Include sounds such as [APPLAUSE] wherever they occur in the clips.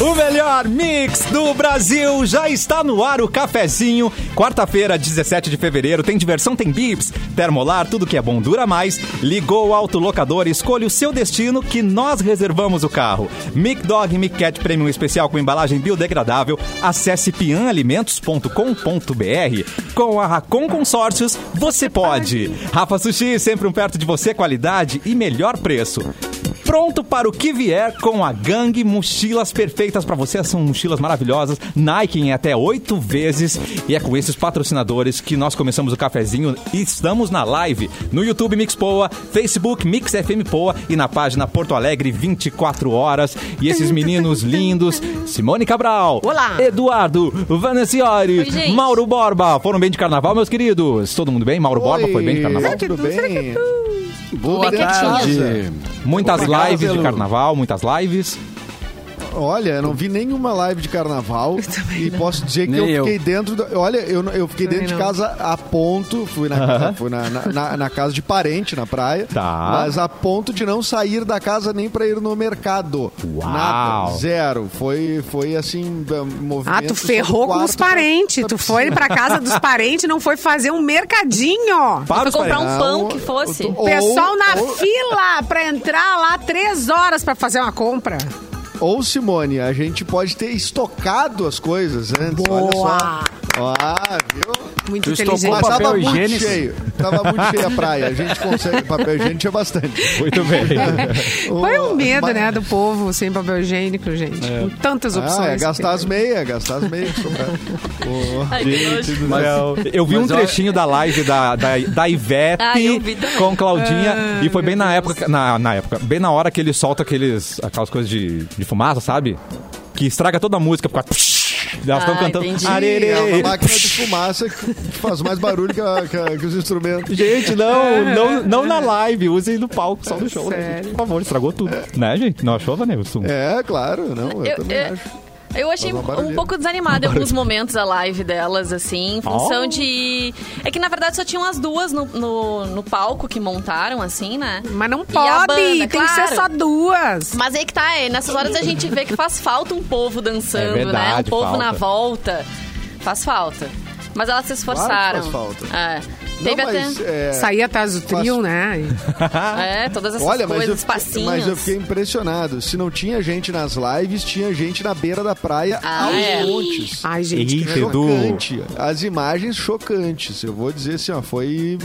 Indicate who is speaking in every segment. Speaker 1: O melhor mix do Brasil já está no ar o cafezinho. Quarta-feira, 17 de fevereiro, tem diversão, tem bips, termolar, tudo que é bom dura mais. Ligou o autolocador e escolha o seu destino que nós reservamos o carro. Mic Dog Mic Cat Premium especial com embalagem biodegradável. Acesse pianalimentos.com.br. Com a Racon Consórcios, você pode. Rafa Sushi, sempre um perto de você, qualidade e melhor preço. Pronto para o que vier com a gangue, mochilas perfeitas para você, são mochilas maravilhosas, Nike em até oito vezes. E é com esses patrocinadores que nós começamos o cafezinho e estamos na live no YouTube Mix Poa, Facebook Mix FM Poa e na página Porto Alegre 24 horas. E esses meninos lindos, Simone Cabral,
Speaker 2: Olá.
Speaker 1: Eduardo, Vanessiori,
Speaker 2: Oi, gente.
Speaker 1: Mauro Borba, foram bem de carnaval, meus queridos? Todo mundo bem? Mauro Borba foi bem de carnaval?
Speaker 3: é Tudo bem?
Speaker 4: Boa
Speaker 2: Bem
Speaker 4: tarde.
Speaker 1: Muitas
Speaker 3: Obrigado,
Speaker 1: lives de
Speaker 3: Zelu.
Speaker 1: carnaval, muitas lives.
Speaker 3: Olha, eu não vi nenhuma live de carnaval e posso dizer que
Speaker 4: Nem
Speaker 3: eu
Speaker 4: eu.
Speaker 3: fiquei dentro. da- olha, eu, não- eu fiquei
Speaker 2: Também
Speaker 3: dentro de
Speaker 2: não.
Speaker 3: casa a ponto. Fui, na,
Speaker 1: [LAUGHS]
Speaker 3: casa, fui na, na- na- na casa de parente na praia.
Speaker 1: Tá.
Speaker 3: Mas a ponto de não sair da casa nem pra ir no mercado.
Speaker 1: Uau.
Speaker 3: Nada. Zero. Foi, foi assim, da- movimento.
Speaker 2: Ah, tu ferrou
Speaker 3: sobre
Speaker 2: com
Speaker 3: quarto
Speaker 2: os
Speaker 3: pra-
Speaker 2: parentes.
Speaker 3: pra
Speaker 2: Tu foi pra
Speaker 3: [LAUGHS]
Speaker 2: casa dos parentes, não foi fazer um mercadinho.
Speaker 1: Para os
Speaker 5: comprar
Speaker 1: parentes.
Speaker 5: um pão que fosse.
Speaker 3: ou-
Speaker 2: Pessoal na
Speaker 3: ou-
Speaker 2: fila pra entrar lá três horas pra fazer uma compra.
Speaker 3: Ou, Simone, a gente pode ter estocado as coisas antes. Olha só.
Speaker 2: Boa.
Speaker 3: Ah, viu?
Speaker 2: Muito
Speaker 4: Tu
Speaker 2: inteligente.
Speaker 4: estocou
Speaker 3: Mas
Speaker 4: papel
Speaker 3: tava muito
Speaker 4: higiênico?
Speaker 3: cheio. Tava muito cheio a praia. A gente consegue. Papel higiênico tinha
Speaker 5: um
Speaker 1: [LAUGHS]
Speaker 3: bastante.
Speaker 1: Muito bem.
Speaker 5: [LAUGHS]
Speaker 2: Foi um medo,
Speaker 3: Mas-
Speaker 2: né, do povo sem papel higiênico, gente. Com tantas opções.
Speaker 3: Ah, é gastar as
Speaker 2: que
Speaker 3: meias, gastar as meias. que sobraram.
Speaker 5: Ai, que nojo.
Speaker 1: Mas
Speaker 3: é
Speaker 1: eu vi
Speaker 4: Mas
Speaker 1: um
Speaker 4: olha-
Speaker 1: trechinho da live da, da, da Ivete
Speaker 5: Ah, eu vi também. Ah,
Speaker 1: com Claudinha. e foi bem na época, na, na época, bem na hora que ele solta aqueles, aquelas coisas de, de fumaça, sabe? Que estraga toda a música. Porque... Elas estão
Speaker 5: Ah,
Speaker 1: cantando.
Speaker 5: entendi.
Speaker 1: "Arerê".
Speaker 3: É uma máquina de fumaça que faz mais barulho que, a- que a- que os instrumentos.
Speaker 1: Gente, não, não, não na live, usem no palco, só no show. né,
Speaker 2: Sério.
Speaker 1: gente? Por favor, estragou tudo. Né, gente? Não achou, Vanilson?
Speaker 3: É, claro, não. Eu,
Speaker 5: Eu-
Speaker 3: também
Speaker 5: eu-
Speaker 3: acho.
Speaker 5: Eu achei
Speaker 3: Faz uma barulheira.
Speaker 5: um pouco desanimada em alguns momentos a live delas, assim, em função
Speaker 1: Oh.
Speaker 5: de. É que na verdade só tinham as duas no, no, no palco que montaram, assim, né?
Speaker 2: Mas não
Speaker 5: E a
Speaker 2: pode,
Speaker 5: banda,
Speaker 2: tem que ser
Speaker 5: claro.
Speaker 2: só duas.
Speaker 5: Mas aí que tá, é, nessas horas a gente vê que faz falta um povo dançando,
Speaker 1: É verdade,
Speaker 5: né? Um povo
Speaker 1: falta.
Speaker 5: na volta. Faz falta. Mas elas se esforçaram.
Speaker 3: Claro que faz falta.
Speaker 5: É.
Speaker 3: Não,
Speaker 5: Teve até.
Speaker 3: mas, é,
Speaker 2: Sair atrás do trio, né?
Speaker 5: É, todas essas
Speaker 3: Olha, mas eu,
Speaker 5: coisas,
Speaker 3: fiquei,
Speaker 5: passinhos.
Speaker 3: mas eu fiquei impressionado. Se não tinha gente nas lives, tinha gente na beira da praia
Speaker 5: Ah,
Speaker 3: aos
Speaker 5: é.
Speaker 3: [LAUGHS] montes.
Speaker 2: Ai, gente, que
Speaker 1: Eita,
Speaker 2: vergonha.
Speaker 1: Edu.
Speaker 3: Chocante. As imagens chocantes. Eu vou dizer assim, ó, foi.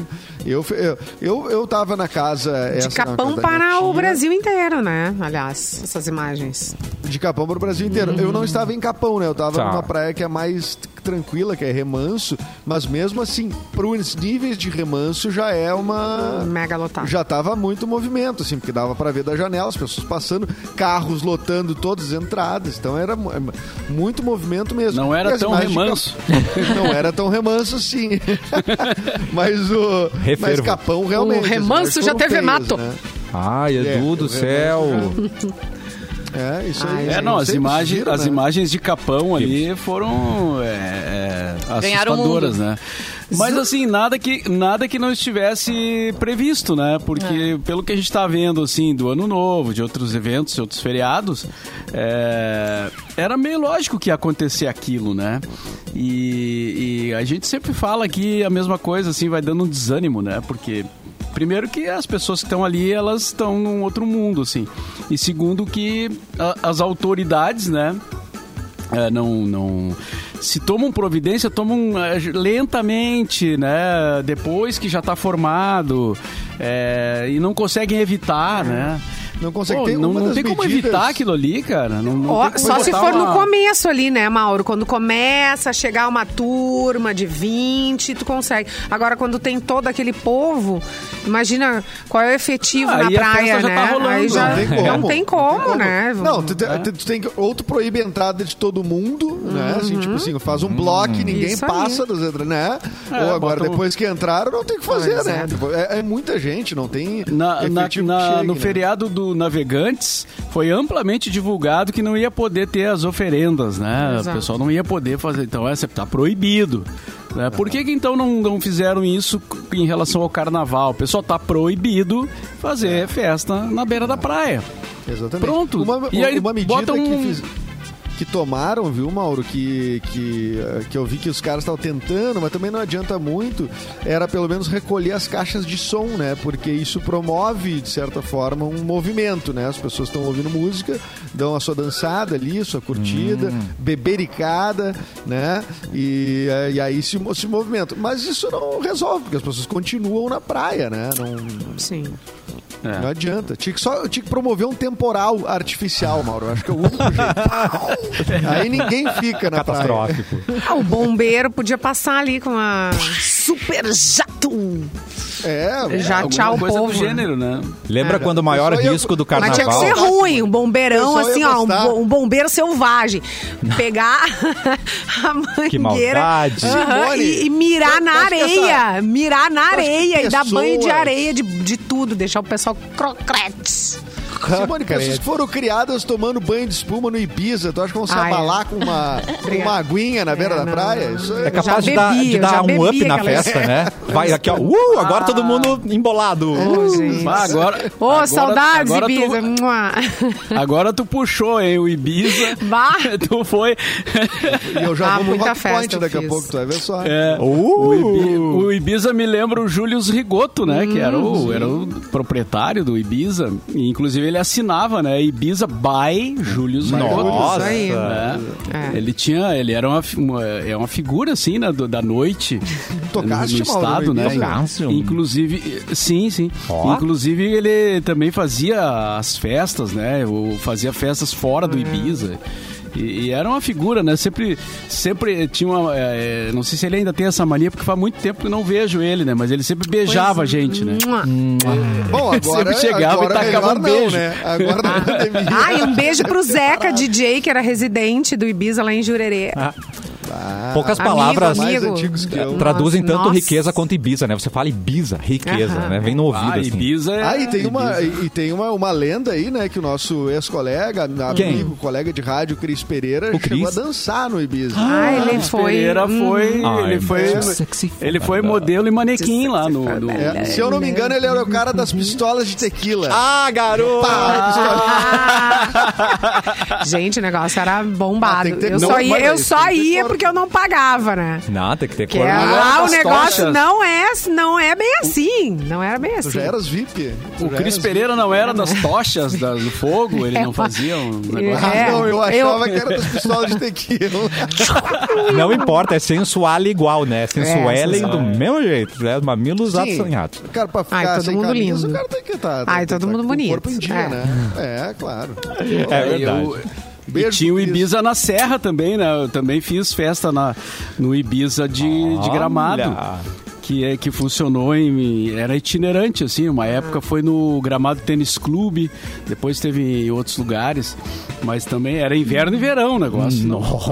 Speaker 3: Eu, eu, eu, eu tava na casa.
Speaker 2: De
Speaker 3: essa, é na
Speaker 2: Capão
Speaker 3: casa da minha
Speaker 2: para o
Speaker 3: tia.
Speaker 2: Brasil inteiro, né? Aliás, essas imagens.
Speaker 3: De Capão para o Brasil inteiro. Eu
Speaker 2: Hum.
Speaker 3: não estava em Capão, né? Eu estava
Speaker 1: Tá.
Speaker 3: numa praia que é mais t- tranquila, que é remanso, mas mesmo assim, para os níveis de remanso já é uma.
Speaker 2: Mega lotado.
Speaker 3: Já tava muito movimento, assim, porque dava para ver da janela, as pessoas passando, carros lotando todas as entradas, então era mu- muito movimento mesmo.
Speaker 4: Não era
Speaker 3: E as
Speaker 4: tão
Speaker 3: imagens de
Speaker 4: remanso.
Speaker 3: Cap- [LAUGHS] Não era tão remanso, sim. [LAUGHS] mas o mas
Speaker 1: Refervo.
Speaker 3: Capão realmente. assim, as
Speaker 2: remanso
Speaker 3: imagens
Speaker 2: já
Speaker 3: foram
Speaker 2: teve
Speaker 3: feias,
Speaker 2: mato.
Speaker 3: né?
Speaker 1: Ai, Edu
Speaker 3: É,
Speaker 1: do
Speaker 3: eu-
Speaker 1: céu.
Speaker 3: É, isso
Speaker 2: Ah,
Speaker 3: aí.
Speaker 4: É, não,
Speaker 3: Não
Speaker 4: as
Speaker 3: sei,
Speaker 4: imagens,
Speaker 3: gira,
Speaker 4: as
Speaker 3: né?
Speaker 4: imagens de Capão ali foram é, é,
Speaker 5: Ganharam o
Speaker 4: assustadoras,
Speaker 5: mundo.
Speaker 4: né? Mas assim, nada que, nada que não estivesse previsto, né?
Speaker 5: É.
Speaker 4: Porque pelo que a gente tá vendo, assim, do Ano Novo, de outros eventos, outros feriados, é, era meio lógico que ia acontecer aquilo, né? E, e a gente sempre fala que a mesma coisa, assim, vai dando um desânimo, né? Porque... Primeiro que as pessoas que estão ali, elas estão num outro mundo, assim. E segundo que a- as autoridades, né, é, não, não. Se tomam providência, tomam é, lentamente, né? Depois que já está formado é, e não conseguem evitar, né?
Speaker 3: Não consegue
Speaker 4: Pô,
Speaker 3: ter
Speaker 4: não,
Speaker 3: uma
Speaker 4: não
Speaker 3: das
Speaker 4: tem como
Speaker 3: medidas-
Speaker 4: evitar aquilo ali, cara. Não, não
Speaker 2: Ó,
Speaker 4: tem como
Speaker 2: só se
Speaker 4: botar
Speaker 2: for no
Speaker 4: uma-
Speaker 2: começo ali, né, Mauro? Quando começa a chegar uma turma de 20, tu consegue. Agora, quando tem todo aquele povo, imagina qual é o efetivo
Speaker 4: Ah,
Speaker 2: na
Speaker 4: aí a
Speaker 2: praia,
Speaker 4: festa já
Speaker 2: né?
Speaker 4: tá rolando,
Speaker 2: Aí já-
Speaker 3: Não tem como.
Speaker 2: não tem como, né?
Speaker 3: Não, tu, te- tu- tu tem que. Ou tu proíbe a entrada de todo mundo, né? Assim, tipo assim, faz um bloco e ninguém
Speaker 2: Uhum. Isso aí.
Speaker 3: passa das entradas, né?
Speaker 4: É,
Speaker 3: ou agora,
Speaker 4: bota um-
Speaker 3: depois que entraram, não tem o que fazer,
Speaker 2: Pois
Speaker 3: né?
Speaker 2: é.
Speaker 3: Tipo, É, é muita gente, não tem.
Speaker 4: Na, na-
Speaker 3: efetivo
Speaker 4: na-
Speaker 3: que chegue,
Speaker 4: no
Speaker 3: né?
Speaker 4: feriado do Navegantes, foi amplamente divulgado que não ia poder ter as oferendas, né?
Speaker 2: Exato.
Speaker 4: O pessoal não ia poder fazer. Então, essa tá é, proibido. né? Por que, que então não, não fizeram isso em relação ao carnaval? O pessoal tá proibido
Speaker 3: É.
Speaker 4: fazer festa na beira da praia.
Speaker 3: Exatamente.
Speaker 4: Pronto.
Speaker 3: Uma,
Speaker 4: E aí
Speaker 3: uma medida
Speaker 4: botam
Speaker 3: que,
Speaker 4: um-
Speaker 3: fiz- que tomaram, viu, Mauro, que, que, eh, que eu vi que os caras estavam tentando, mas também não adianta muito, era pelo menos recolher as caixas de som, né? Porque isso promove, de certa forma, um movimento, né? As pessoas estão ouvindo música, dão a sua dançada ali, sua curtida,
Speaker 4: Hum.
Speaker 3: bebericada, né? E, eh, e aí se, mo- se movimenta. Mas isso não resolve, porque as pessoas continuam na praia, né? Não,
Speaker 2: Sim.
Speaker 4: É.
Speaker 3: não adianta. Tinha que, só, tinha que promover um temporal artificial, Mauro. Acho que é o único
Speaker 4: [LAUGHS]
Speaker 3: jeito. Aí ninguém fica na praia.
Speaker 1: Catastrófico.
Speaker 2: Ah, o bombeiro podia passar ali com uma super jato.
Speaker 3: É,
Speaker 2: Já
Speaker 4: Alguma
Speaker 2: Ah, tchau,
Speaker 4: coisa
Speaker 2: povo.
Speaker 4: do gênero, né?
Speaker 1: Lembra quando o maior
Speaker 3: Eu só ia-
Speaker 1: risco do
Speaker 2: Mas
Speaker 1: carnaval...
Speaker 2: tinha que ser ruim, um bombeirão,
Speaker 3: Eu só
Speaker 2: assim,
Speaker 3: ia
Speaker 2: ó, um,
Speaker 3: gostar.
Speaker 2: bo- um bombeiro selvagem. Pegar [LAUGHS] a
Speaker 1: Que
Speaker 2: mangueira
Speaker 1: maldade.
Speaker 2: aham,
Speaker 3: Simone,
Speaker 2: e, e mirar na
Speaker 3: eu acho que
Speaker 2: areia.
Speaker 3: essa-
Speaker 2: mirar na
Speaker 3: acho que
Speaker 2: areia e dar banho de
Speaker 3: pessoas-
Speaker 2: areia, de, de tudo, deixar o pessoal crocretes.
Speaker 3: Simone, pessoas que foram criadas tomando banho de espuma no Ibiza, tu acha que vão se
Speaker 2: Ah, é.
Speaker 3: abalar com
Speaker 2: [LAUGHS]
Speaker 3: uma, com uma aguinha na beira
Speaker 2: É,
Speaker 3: da
Speaker 2: não,
Speaker 3: praia?
Speaker 2: não.
Speaker 3: Isso
Speaker 1: É
Speaker 3: é...
Speaker 2: cap-
Speaker 1: capaz
Speaker 2: já
Speaker 1: de dar,
Speaker 2: bebi,
Speaker 1: de
Speaker 2: eu
Speaker 1: dar
Speaker 2: já
Speaker 1: um
Speaker 2: bebi
Speaker 1: up na
Speaker 2: aquela-
Speaker 1: festa, né? Vai aqui, ó. Uh, agora todo mundo embolado.
Speaker 2: Ô,
Speaker 1: Uh.
Speaker 2: É, gente.
Speaker 4: Ah,
Speaker 2: [LAUGHS]
Speaker 4: agora,
Speaker 2: Hum. Ô,
Speaker 4: agora-
Speaker 2: saudades,
Speaker 4: agora tu-
Speaker 2: Ibiza. Mua.
Speaker 3: [LAUGHS]
Speaker 4: Agora tu puxou, hein, o Ibiza. [LAUGHS]
Speaker 2: Vá.
Speaker 3: [LAUGHS]
Speaker 4: tu foi.
Speaker 3: E eu já
Speaker 2: Ah,
Speaker 3: vou pro
Speaker 2: muita
Speaker 3: Rock
Speaker 2: festa
Speaker 3: Point
Speaker 2: eu
Speaker 3: daqui a
Speaker 2: fiz.
Speaker 3: pouco, tu vai ver só.
Speaker 4: É,
Speaker 1: Uh!
Speaker 4: O, Ibi- o Ibiza me lembra o Júlio Rigoto, né? que era o, era o proprietário do Ibiza. E, inclusive, ele assinava, né? Ibiza by Júlio Rigoto.
Speaker 1: Nossa.
Speaker 2: aí.
Speaker 4: né?
Speaker 2: É.
Speaker 4: Ele tinha, ele era uma, fi- uma- é uma figura assim, né, do- da noite
Speaker 3: Tocaste,
Speaker 4: no, no
Speaker 3: Mauro,
Speaker 4: estado,
Speaker 3: no
Speaker 1: é
Speaker 4: né?
Speaker 3: Ibiza?
Speaker 1: Tocaste?
Speaker 4: Inclusive, sim, sim.
Speaker 1: Ah, Ó.
Speaker 4: Inclusive ele também fazia as festas, né? Ou fazia festas fora do Ibiza. E, e era uma figura, né? Sempre, sempre tinha uma. é, é, não sei se ele ainda tem essa mania, porque faz muito tempo que eu não vejo ele, né? Mas ele sempre beijava a gente,
Speaker 1: Uhum.
Speaker 4: né?
Speaker 2: Mua.
Speaker 3: Bom, agora,
Speaker 4: [LAUGHS] Sempre chegava e
Speaker 3: agora
Speaker 4: tacava
Speaker 3: melhor
Speaker 4: um
Speaker 3: não,
Speaker 4: beijo.
Speaker 3: né?
Speaker 4: [LAUGHS]
Speaker 3: Agora na pandemia.
Speaker 2: Ah, e um beijo pro Zeca, DJ, que era residente do Ibiza lá em Jurerê.
Speaker 1: Ah, Poucas
Speaker 2: Amigo,
Speaker 1: palavras
Speaker 3: Ah, mais
Speaker 2: amigo.
Speaker 3: antigos que eu.
Speaker 1: traduzem
Speaker 2: Nossa,
Speaker 1: tanto
Speaker 2: nossa.
Speaker 1: riqueza quanto Ibiza, né? Você fala Ibiza, riqueza,
Speaker 2: Aham.
Speaker 1: né? Vem no ouvido,
Speaker 4: Ah,
Speaker 1: assim.
Speaker 4: Ibiza é.
Speaker 3: Ah, e tem, uma,
Speaker 4: Ibiza.
Speaker 3: e e tem uma, uma lenda aí, né? Que o nosso ex-colega, amigo, colega de rádio, Cris Pereira,
Speaker 1: O
Speaker 3: chegou a
Speaker 1: Cris?
Speaker 3: dançar no Ibiza.
Speaker 2: Ah, ele
Speaker 4: Luiz
Speaker 2: foi.
Speaker 4: Pereira
Speaker 2: hum.
Speaker 4: foi,
Speaker 1: Ai,
Speaker 4: ele foi,
Speaker 1: Ah, é muito sexy.
Speaker 4: ele foi modelo e manequim lá no, no-
Speaker 2: né?
Speaker 3: É, se eu não me engano, ele era o cara das pistolas de tequila.
Speaker 1: Ah, garoto!
Speaker 3: Pá, pistola-
Speaker 2: Ah. [LAUGHS] Gente, o negócio era
Speaker 3: Ah,
Speaker 2: bombado.
Speaker 3: tem que ter-
Speaker 2: eu
Speaker 3: não,
Speaker 2: só
Speaker 3: mas
Speaker 2: ia, eu
Speaker 3: é isso,
Speaker 2: só
Speaker 3: tem que ter
Speaker 2: ia
Speaker 3: cor-
Speaker 2: porque eu não pagava, né?
Speaker 1: Não, tem que ter
Speaker 2: Que
Speaker 1: cor.
Speaker 2: é,
Speaker 4: era
Speaker 2: lá o
Speaker 4: das
Speaker 2: negócio
Speaker 4: tochas.
Speaker 2: não é, não é bem assim. Não era bem
Speaker 3: Tu
Speaker 2: assim.
Speaker 3: já eras VIP. Tu
Speaker 4: O
Speaker 3: já
Speaker 4: Cris
Speaker 3: eras
Speaker 4: Pereira não era das tochas da- do fogo, ele não fazia um negócio.
Speaker 3: VIP.
Speaker 2: É,
Speaker 3: Ah, não, eu achava
Speaker 2: eu-
Speaker 3: que era das pistolas de tequila.
Speaker 1: Não importa, é sensual igual,
Speaker 2: É,
Speaker 1: né? Sensual do mesmo jeito, né? Mamilos
Speaker 3: Sim.
Speaker 1: assanhados.
Speaker 3: O cara pra ficar
Speaker 2: Ai, todo
Speaker 3: sem
Speaker 2: mundo
Speaker 3: camisa,
Speaker 2: lindo.
Speaker 3: o cara tem que estar...
Speaker 2: Ai, todo mundo bonito.
Speaker 3: corpo em dia,
Speaker 2: É.
Speaker 3: né? É, claro.
Speaker 1: É verdade.
Speaker 4: Eu- e
Speaker 3: Beijo,
Speaker 4: tinha o
Speaker 3: Cris.
Speaker 4: Ibiza na Serra também, né? Eu também fiz festa na, no Ibiza de, de
Speaker 1: Olha.
Speaker 4: Gramado. Que, é, que funcionou em. Era itinerante, assim. Uma época foi no Gramado Tênis Clube, depois teve em outros lugares. Mas também era inverno e verão o negócio. não-
Speaker 1: Nossa.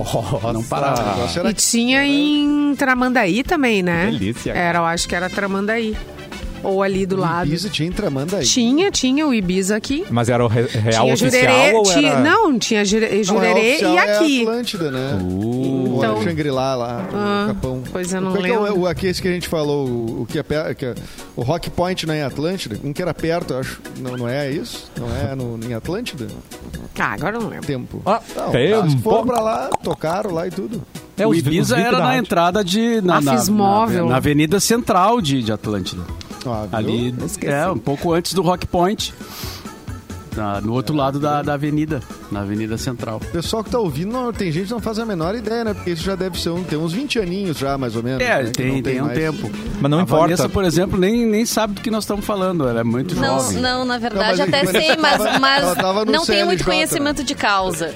Speaker 3: Ah,
Speaker 4: Não
Speaker 3: O
Speaker 4: parava.
Speaker 3: negócio
Speaker 2: E
Speaker 3: era...
Speaker 2: tinha em Tramandaí também, né?
Speaker 1: Que delícia.
Speaker 2: Era, eu acho que era Tramandaí. Ou ali do lado.
Speaker 3: Ibiza tinha Tramandaí.
Speaker 2: Tinha, tinha o Ibiza aqui.
Speaker 1: Mas era o re-
Speaker 3: É
Speaker 1: real
Speaker 2: tinha
Speaker 1: oficial
Speaker 2: Jurerê,
Speaker 1: ou
Speaker 2: tinha-
Speaker 1: era...
Speaker 2: não, tinha Jure-
Speaker 3: Não, é
Speaker 2: Jurerê
Speaker 3: oficial,
Speaker 2: e
Speaker 3: é
Speaker 2: aqui.
Speaker 3: Atlântida, né?
Speaker 1: Uh,
Speaker 3: O
Speaker 2: Então-
Speaker 3: Shangri-La lá,
Speaker 2: Ah,
Speaker 3: o Capão.
Speaker 2: pois eu não
Speaker 3: Qual que é o-
Speaker 2: lembro.
Speaker 3: o, aqui, esse que a gente falou, o, o que é, pe- que é- o Rock Point não é em Atlântida? Um que era perto, eu acho. Não, não é isso? Não é no, em Atlântida?
Speaker 2: Ah, agora eu não lembro.
Speaker 3: Tempo.
Speaker 1: Ah,
Speaker 3: não,
Speaker 1: tempo.
Speaker 3: eles Foram pra lá, tocaram lá e tudo.
Speaker 1: é
Speaker 4: o
Speaker 1: os- os
Speaker 4: Ibiza
Speaker 1: VIP
Speaker 4: era
Speaker 1: da
Speaker 4: na
Speaker 1: rádio.
Speaker 4: entrada de. Na,
Speaker 2: Ah,
Speaker 4: na,
Speaker 2: fiz
Speaker 4: na-
Speaker 2: móvel.
Speaker 4: na Avenida Central de, de Atlântida.
Speaker 3: Ah, viu?
Speaker 4: Ali,
Speaker 2: esqueci.
Speaker 4: é, um pouco antes do Rock Point. Na- no outro lado da, da avenida, na Avenida Central.
Speaker 3: O pessoal que tá ouvindo, não, tem gente que não faz a menor ideia, né? Porque isso já deve ser um, tem uns 20 aninhos já, mais ou menos. né?
Speaker 4: É,
Speaker 3: Que
Speaker 4: tem,
Speaker 3: não
Speaker 4: tem, um
Speaker 3: mais.
Speaker 4: tempo.
Speaker 1: Mas não
Speaker 4: a
Speaker 1: importa.
Speaker 4: Vanessa, por exemplo, nem, nem sabe do que nós estamos falando. Ela é muito
Speaker 5: Não,
Speaker 4: jovem.
Speaker 5: não, na verdade
Speaker 3: Não, mas [LAUGHS]
Speaker 5: até
Speaker 3: eu-
Speaker 5: sei, mas,
Speaker 3: ela tava-
Speaker 5: mas
Speaker 3: ela tava no
Speaker 5: não tenho muito
Speaker 3: CLJ,
Speaker 5: conhecimento de causa.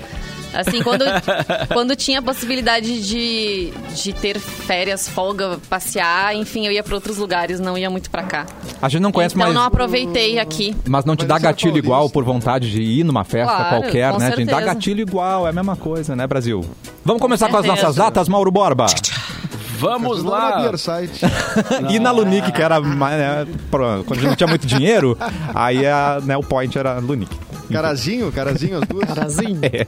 Speaker 5: Assim, quando,
Speaker 3: [LAUGHS]
Speaker 5: quando tinha a possibilidade de, de ter férias, folga, passear, enfim, eu ia pra outros lugares, não ia muito pra cá.
Speaker 1: A gente não conhece
Speaker 5: então
Speaker 1: mais...
Speaker 5: não aproveitei aqui.
Speaker 1: Mas não te
Speaker 3: Mas
Speaker 1: dá
Speaker 3: isso é
Speaker 1: gatilho
Speaker 3: paulista.
Speaker 1: igual por vontade de ir numa festa
Speaker 5: Claro,
Speaker 1: qualquer,
Speaker 5: com
Speaker 1: né? gente? Dá
Speaker 5: certeza.
Speaker 1: gatilho igual, é a mesma coisa, né, Brasil? Vamos começar com as
Speaker 5: certeza.
Speaker 1: nossas datas, Mauro Borba.
Speaker 4: Vamos
Speaker 3: Não, na
Speaker 4: lá.
Speaker 3: Beer Site.
Speaker 1: E na Lunique, que era mais, né, pro- quando a gente não tinha muito dinheiro, aí a, né, o point era Lunique.
Speaker 3: Carazinho, carazinho, as duas.
Speaker 2: Brasil.
Speaker 1: É.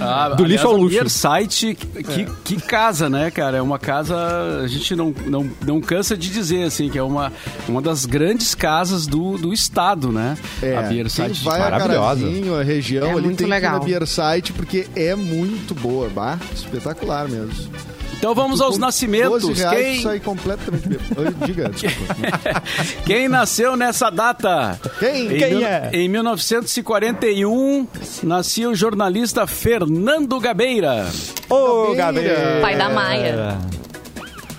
Speaker 4: Ah,
Speaker 1: Do lixo ao luxo.
Speaker 4: o Site, que, que casa, né, cara? É uma casa, a gente não, não, não cansa de dizer, assim, que é uma, uma das grandes casas do, do estado, né?
Speaker 3: É,
Speaker 4: a Beer
Speaker 3: quem
Speaker 4: Site.
Speaker 3: vai a
Speaker 1: maravilhosa.
Speaker 3: Carazinho, a região
Speaker 2: É
Speaker 3: ali
Speaker 2: muito
Speaker 3: tem
Speaker 2: legal.
Speaker 3: que ir na Beer Site, porque é muito boa, bah, espetacular mesmo.
Speaker 4: Então vamos aos
Speaker 3: Com
Speaker 4: nascimentos.
Speaker 3: 12 reais tu
Speaker 4: Quem,
Speaker 3: sai completamente bêbado. Oi, Diga, desculpa.
Speaker 4: [LAUGHS] quem nasceu nessa data?
Speaker 3: Quem?
Speaker 4: Em
Speaker 1: Quem
Speaker 4: mil-
Speaker 1: é?
Speaker 4: Em 1941, nascia o jornalista Fernando Gabeira,
Speaker 1: Ô,
Speaker 3: Gabeira.
Speaker 1: Gabriel.
Speaker 5: Pai
Speaker 3: É.
Speaker 5: da Maia.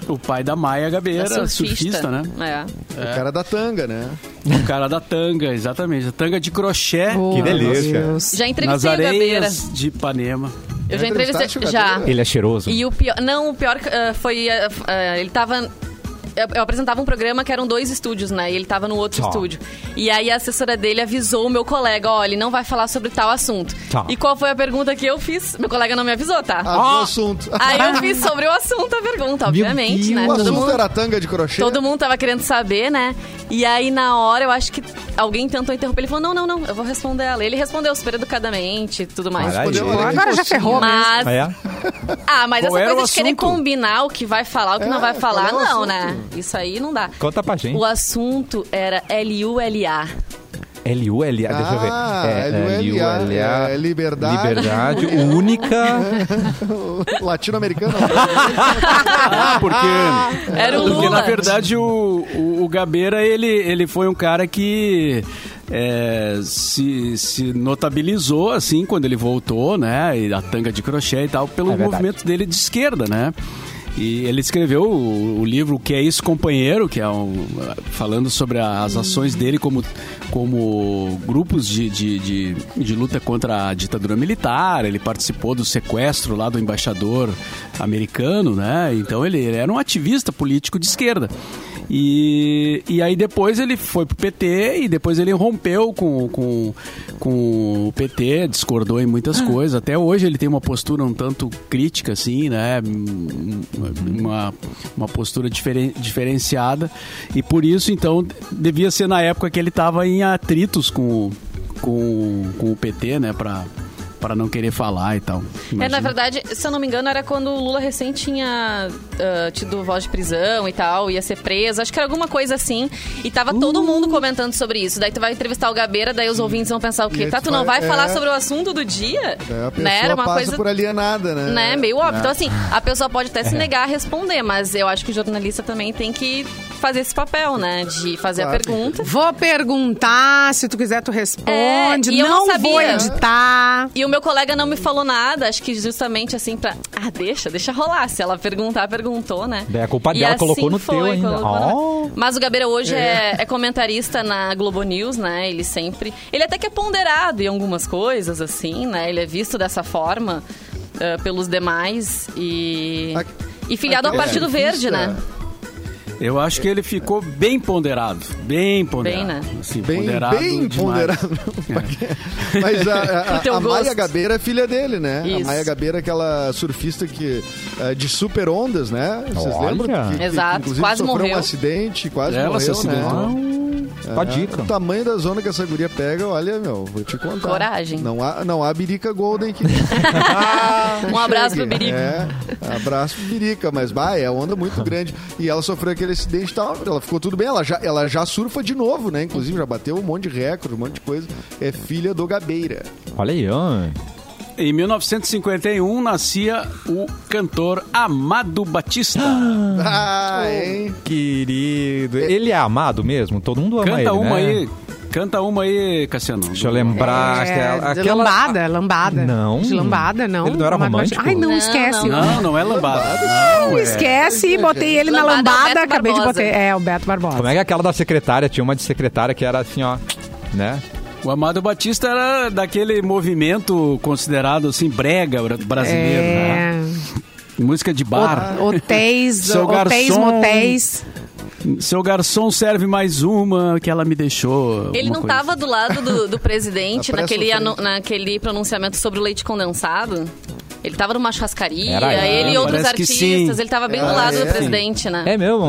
Speaker 4: o pai da Maia Gabeira,
Speaker 5: da surfista.
Speaker 4: surfista, né?
Speaker 5: É.
Speaker 3: O cara da tanga, né?
Speaker 4: O cara da tanga, exatamente. A tanga de crochê.
Speaker 2: Boa,
Speaker 1: delícia.
Speaker 2: meu Deus.
Speaker 5: Já
Speaker 4: Nas
Speaker 5: entrevistei o Gabeira.
Speaker 4: areias de Ipanema.
Speaker 5: Eu já
Speaker 3: entrevistaste
Speaker 5: entrevistei.
Speaker 3: o
Speaker 5: Já.
Speaker 3: Gabeira?
Speaker 1: Ele é cheiroso.
Speaker 5: E o pior. Não, o pior ah, foi. ah, ah, ele tava. Eu, eu apresentava um programa que eram dois estúdios, né? E ele tava no outro
Speaker 1: Tá.
Speaker 5: estúdio. E aí a assessora dele avisou o meu colega: ó, ele não vai falar sobre tal assunto.
Speaker 1: Tá.
Speaker 5: E qual foi a pergunta que eu fiz? Meu colega não me avisou, tá?
Speaker 3: Ah, do assunto.
Speaker 5: Aí eu fiz sobre o assunto a pergunta, obviamente, né?
Speaker 3: o
Speaker 5: Todo
Speaker 3: assunto
Speaker 5: mundo,
Speaker 3: era tanga de crochê. [LAUGHS]
Speaker 5: todo mundo tava querendo saber, né? E aí, na hora, eu acho que alguém tentou interromper. Ele falou, não, não, não, eu vou responder ela. Ele respondeu super educadamente e tudo mais.
Speaker 1: Caralho. é
Speaker 3: Respondeu,
Speaker 1: Agora
Speaker 3: olha,
Speaker 2: já
Speaker 3: impossível.
Speaker 2: ferrou.
Speaker 5: Mas,
Speaker 1: É?
Speaker 5: ah, mas
Speaker 4: Qual
Speaker 5: essa
Speaker 4: era
Speaker 5: coisa
Speaker 4: o
Speaker 5: de querer
Speaker 4: assunto?
Speaker 5: combinar o que vai falar, o que
Speaker 3: É,
Speaker 5: não vai
Speaker 3: qual
Speaker 5: falar,
Speaker 3: é o
Speaker 5: não,
Speaker 3: assunto?
Speaker 5: né? Isso aí não dá.
Speaker 1: Conta pra gente.
Speaker 5: O assunto era L-U-L-A.
Speaker 3: É.
Speaker 1: L-U-L-A, deixa eu ver.
Speaker 3: Ah,
Speaker 1: É,
Speaker 3: LULA,
Speaker 1: LULA,
Speaker 3: é liberdade.
Speaker 1: Liberdade
Speaker 3: [LAUGHS]
Speaker 1: única.
Speaker 3: Latino-americano. né?
Speaker 4: Ah, porque.
Speaker 5: Era o
Speaker 4: Porque,
Speaker 5: Lula.
Speaker 4: na verdade, o, o, o Gabeira, ele, ele foi um cara que é, se, se notabilizou, assim, quando ele voltou, né? E a tanga de crochê e tal, pelo
Speaker 1: É verdade.
Speaker 4: movimento dele de esquerda, né? E ele escreveu o, o livro O Que é Isso, Companheiro, que é um, falando sobre a- as ações dele como, como grupos de, de, de, de luta contra a ditadura militar. Ele participou do sequestro lá do embaixador americano, né? Então ele, ele era um ativista político de esquerda. E, e aí depois ele foi pro PT e depois ele rompeu com, com, com o PT, discordou em
Speaker 5: Ah.
Speaker 4: muitas coisas. Até hoje ele tem uma postura um tanto crítica, assim, né? Um- Uma, uma postura diferen- diferenciada. E por isso, então, devia ser na época que ele estava em atritos com, o- com, o- com o PT, né? Pra, pra não querer falar e tal.
Speaker 5: É, na
Speaker 4: Imagina.
Speaker 5: verdade, se eu não me engano, era quando o Lula recém tinha ah, tido voz de prisão e tal, ia ser preso. Acho que era alguma coisa assim. E tava
Speaker 3: Uh.
Speaker 5: todo mundo comentando sobre isso. Daí tu vai entrevistar o Gabeira, daí os ouvintes vão pensar o
Speaker 3: E
Speaker 5: quê?
Speaker 3: aí
Speaker 5: Tá,
Speaker 3: tu
Speaker 5: tu não
Speaker 3: vai-
Speaker 5: vai falar
Speaker 3: é.
Speaker 5: sobre o assunto do dia?
Speaker 3: É, a pessoa
Speaker 5: Né? Era uma
Speaker 3: passa
Speaker 5: coisa.
Speaker 3: por alienada, né?
Speaker 5: Né?
Speaker 1: É,
Speaker 5: Meio óbvio. Então, assim, a pessoa pode até se negar a responder, mas eu acho que o jornalista também tem que fazer esse papel, né? De fazer
Speaker 3: Claro.
Speaker 5: a pergunta.
Speaker 2: Vou perguntar, se tu quiser tu responde.
Speaker 5: É, e eu
Speaker 2: não
Speaker 5: não
Speaker 2: vou
Speaker 5: sabia.
Speaker 2: editar.
Speaker 5: E o meu colega não me falou nada, acho que justamente assim pra. Ah, deixa, deixa rolar. Se ela perguntar, perguntou, né?
Speaker 1: Daí É, a culpa
Speaker 5: E
Speaker 1: dela, colocou no
Speaker 5: foi,
Speaker 1: teu ainda.
Speaker 5: colocou
Speaker 1: Oh.
Speaker 5: no- Mas o Gabeira hoje é. é comentarista na Globo News, né? Ele sempre. Ele até que é ponderado em algumas coisas, assim, né? Ele é visto dessa forma eh, pelos demais e.
Speaker 3: Ac-
Speaker 5: e filiado ao
Speaker 3: aquele
Speaker 1: é,
Speaker 5: Partido Verde,
Speaker 3: surfista-
Speaker 5: né?
Speaker 4: Eu acho que ele ficou bem ponderado. Bem ponderado.
Speaker 5: né?
Speaker 4: Assim,
Speaker 3: Bem,
Speaker 4: ponderado
Speaker 3: bem
Speaker 4: demais. [LAUGHS]
Speaker 3: ponderado. Mas a, a,
Speaker 5: Pro teu
Speaker 3: a Maia
Speaker 5: Então, gosto.
Speaker 3: Gabeira é filha dele, né? A
Speaker 5: Isso.
Speaker 3: Maia Gabeira é aquela surfista que, eh, de super ondas, né? Vocês
Speaker 1: Olha.
Speaker 3: lembram?
Speaker 5: Exato,
Speaker 3: inclusive
Speaker 5: quase
Speaker 3: sofreu um
Speaker 5: morreu.
Speaker 3: acidente, quase
Speaker 4: É, Ela
Speaker 3: morreu,
Speaker 4: se
Speaker 3: né?
Speaker 4: acidentou.
Speaker 1: Ó,
Speaker 3: É,
Speaker 1: dica.
Speaker 3: O tamanho da zona que essa guria pega, olha, meu, vou te contar.
Speaker 5: Coragem.
Speaker 3: Não há, não há birica golden
Speaker 4: [LAUGHS]
Speaker 3: aqui.
Speaker 5: Um abraço pro
Speaker 3: Birica.
Speaker 5: Birico.
Speaker 3: É, abraço pro Birica, mas bah, é onda muito grande. E ela sofreu aquele acidente e tal, ela ficou tudo bem, ela já, ela já surfa de novo, né? Inclusive, já bateu um monte de recorde, um monte de coisa. É filha do Gabeira.
Speaker 1: Olha aí, ó.
Speaker 4: Em 1951 nascia o cantor Amado Batista.
Speaker 2: Hum.
Speaker 3: Ah, hein?
Speaker 1: Querido. Ele é amado mesmo? Todo mundo ama
Speaker 4: Canta
Speaker 1: ele,
Speaker 4: uma
Speaker 1: né?
Speaker 4: aí. Canta uma aí, Cassiano.
Speaker 1: Deixa eu lembrar.
Speaker 2: É,
Speaker 1: aquela-
Speaker 2: de
Speaker 1: aquela-
Speaker 2: Lambada, lambada.
Speaker 1: Não.
Speaker 2: De lambada, não.
Speaker 1: Ele não era
Speaker 2: Amado
Speaker 1: romântico?
Speaker 2: Batista. Ai, não,
Speaker 5: Não,
Speaker 2: esquece.
Speaker 4: Não, não é lambada. Não,
Speaker 2: Não,
Speaker 4: é.
Speaker 2: esquece, botei ele na
Speaker 5: Lambada é o
Speaker 2: lambada,
Speaker 5: Beto
Speaker 2: acabei de
Speaker 5: Barbosa.
Speaker 2: botar. É, o Beto Barbosa.
Speaker 1: Como é que é aquela da secretária? Tinha uma de secretária que era assim, ó. Né?
Speaker 4: O Amado Batista era daquele movimento considerado assim brega bra- brasileiro, né?
Speaker 2: é...
Speaker 4: Música de bar.
Speaker 2: Hotéis,
Speaker 4: Seu
Speaker 2: hotéis,
Speaker 4: garçom.
Speaker 2: motéis.
Speaker 4: Seu garçom serve mais uma que ela me deixou.
Speaker 5: Ele
Speaker 4: alguma
Speaker 5: não
Speaker 4: coisa.
Speaker 5: tava do lado do, do presidente
Speaker 3: Tá
Speaker 5: naquele,
Speaker 3: pré-sofrendo.
Speaker 5: anu- naquele pronunciamento sobre o leite condensado? Ele tava numa churrascaria,
Speaker 1: Era, era.
Speaker 5: ele e outros
Speaker 4: Parece que
Speaker 5: artistas.
Speaker 4: sim.
Speaker 5: Ele tava bem do lado
Speaker 3: é?
Speaker 5: do presidente, né?
Speaker 1: É mesmo?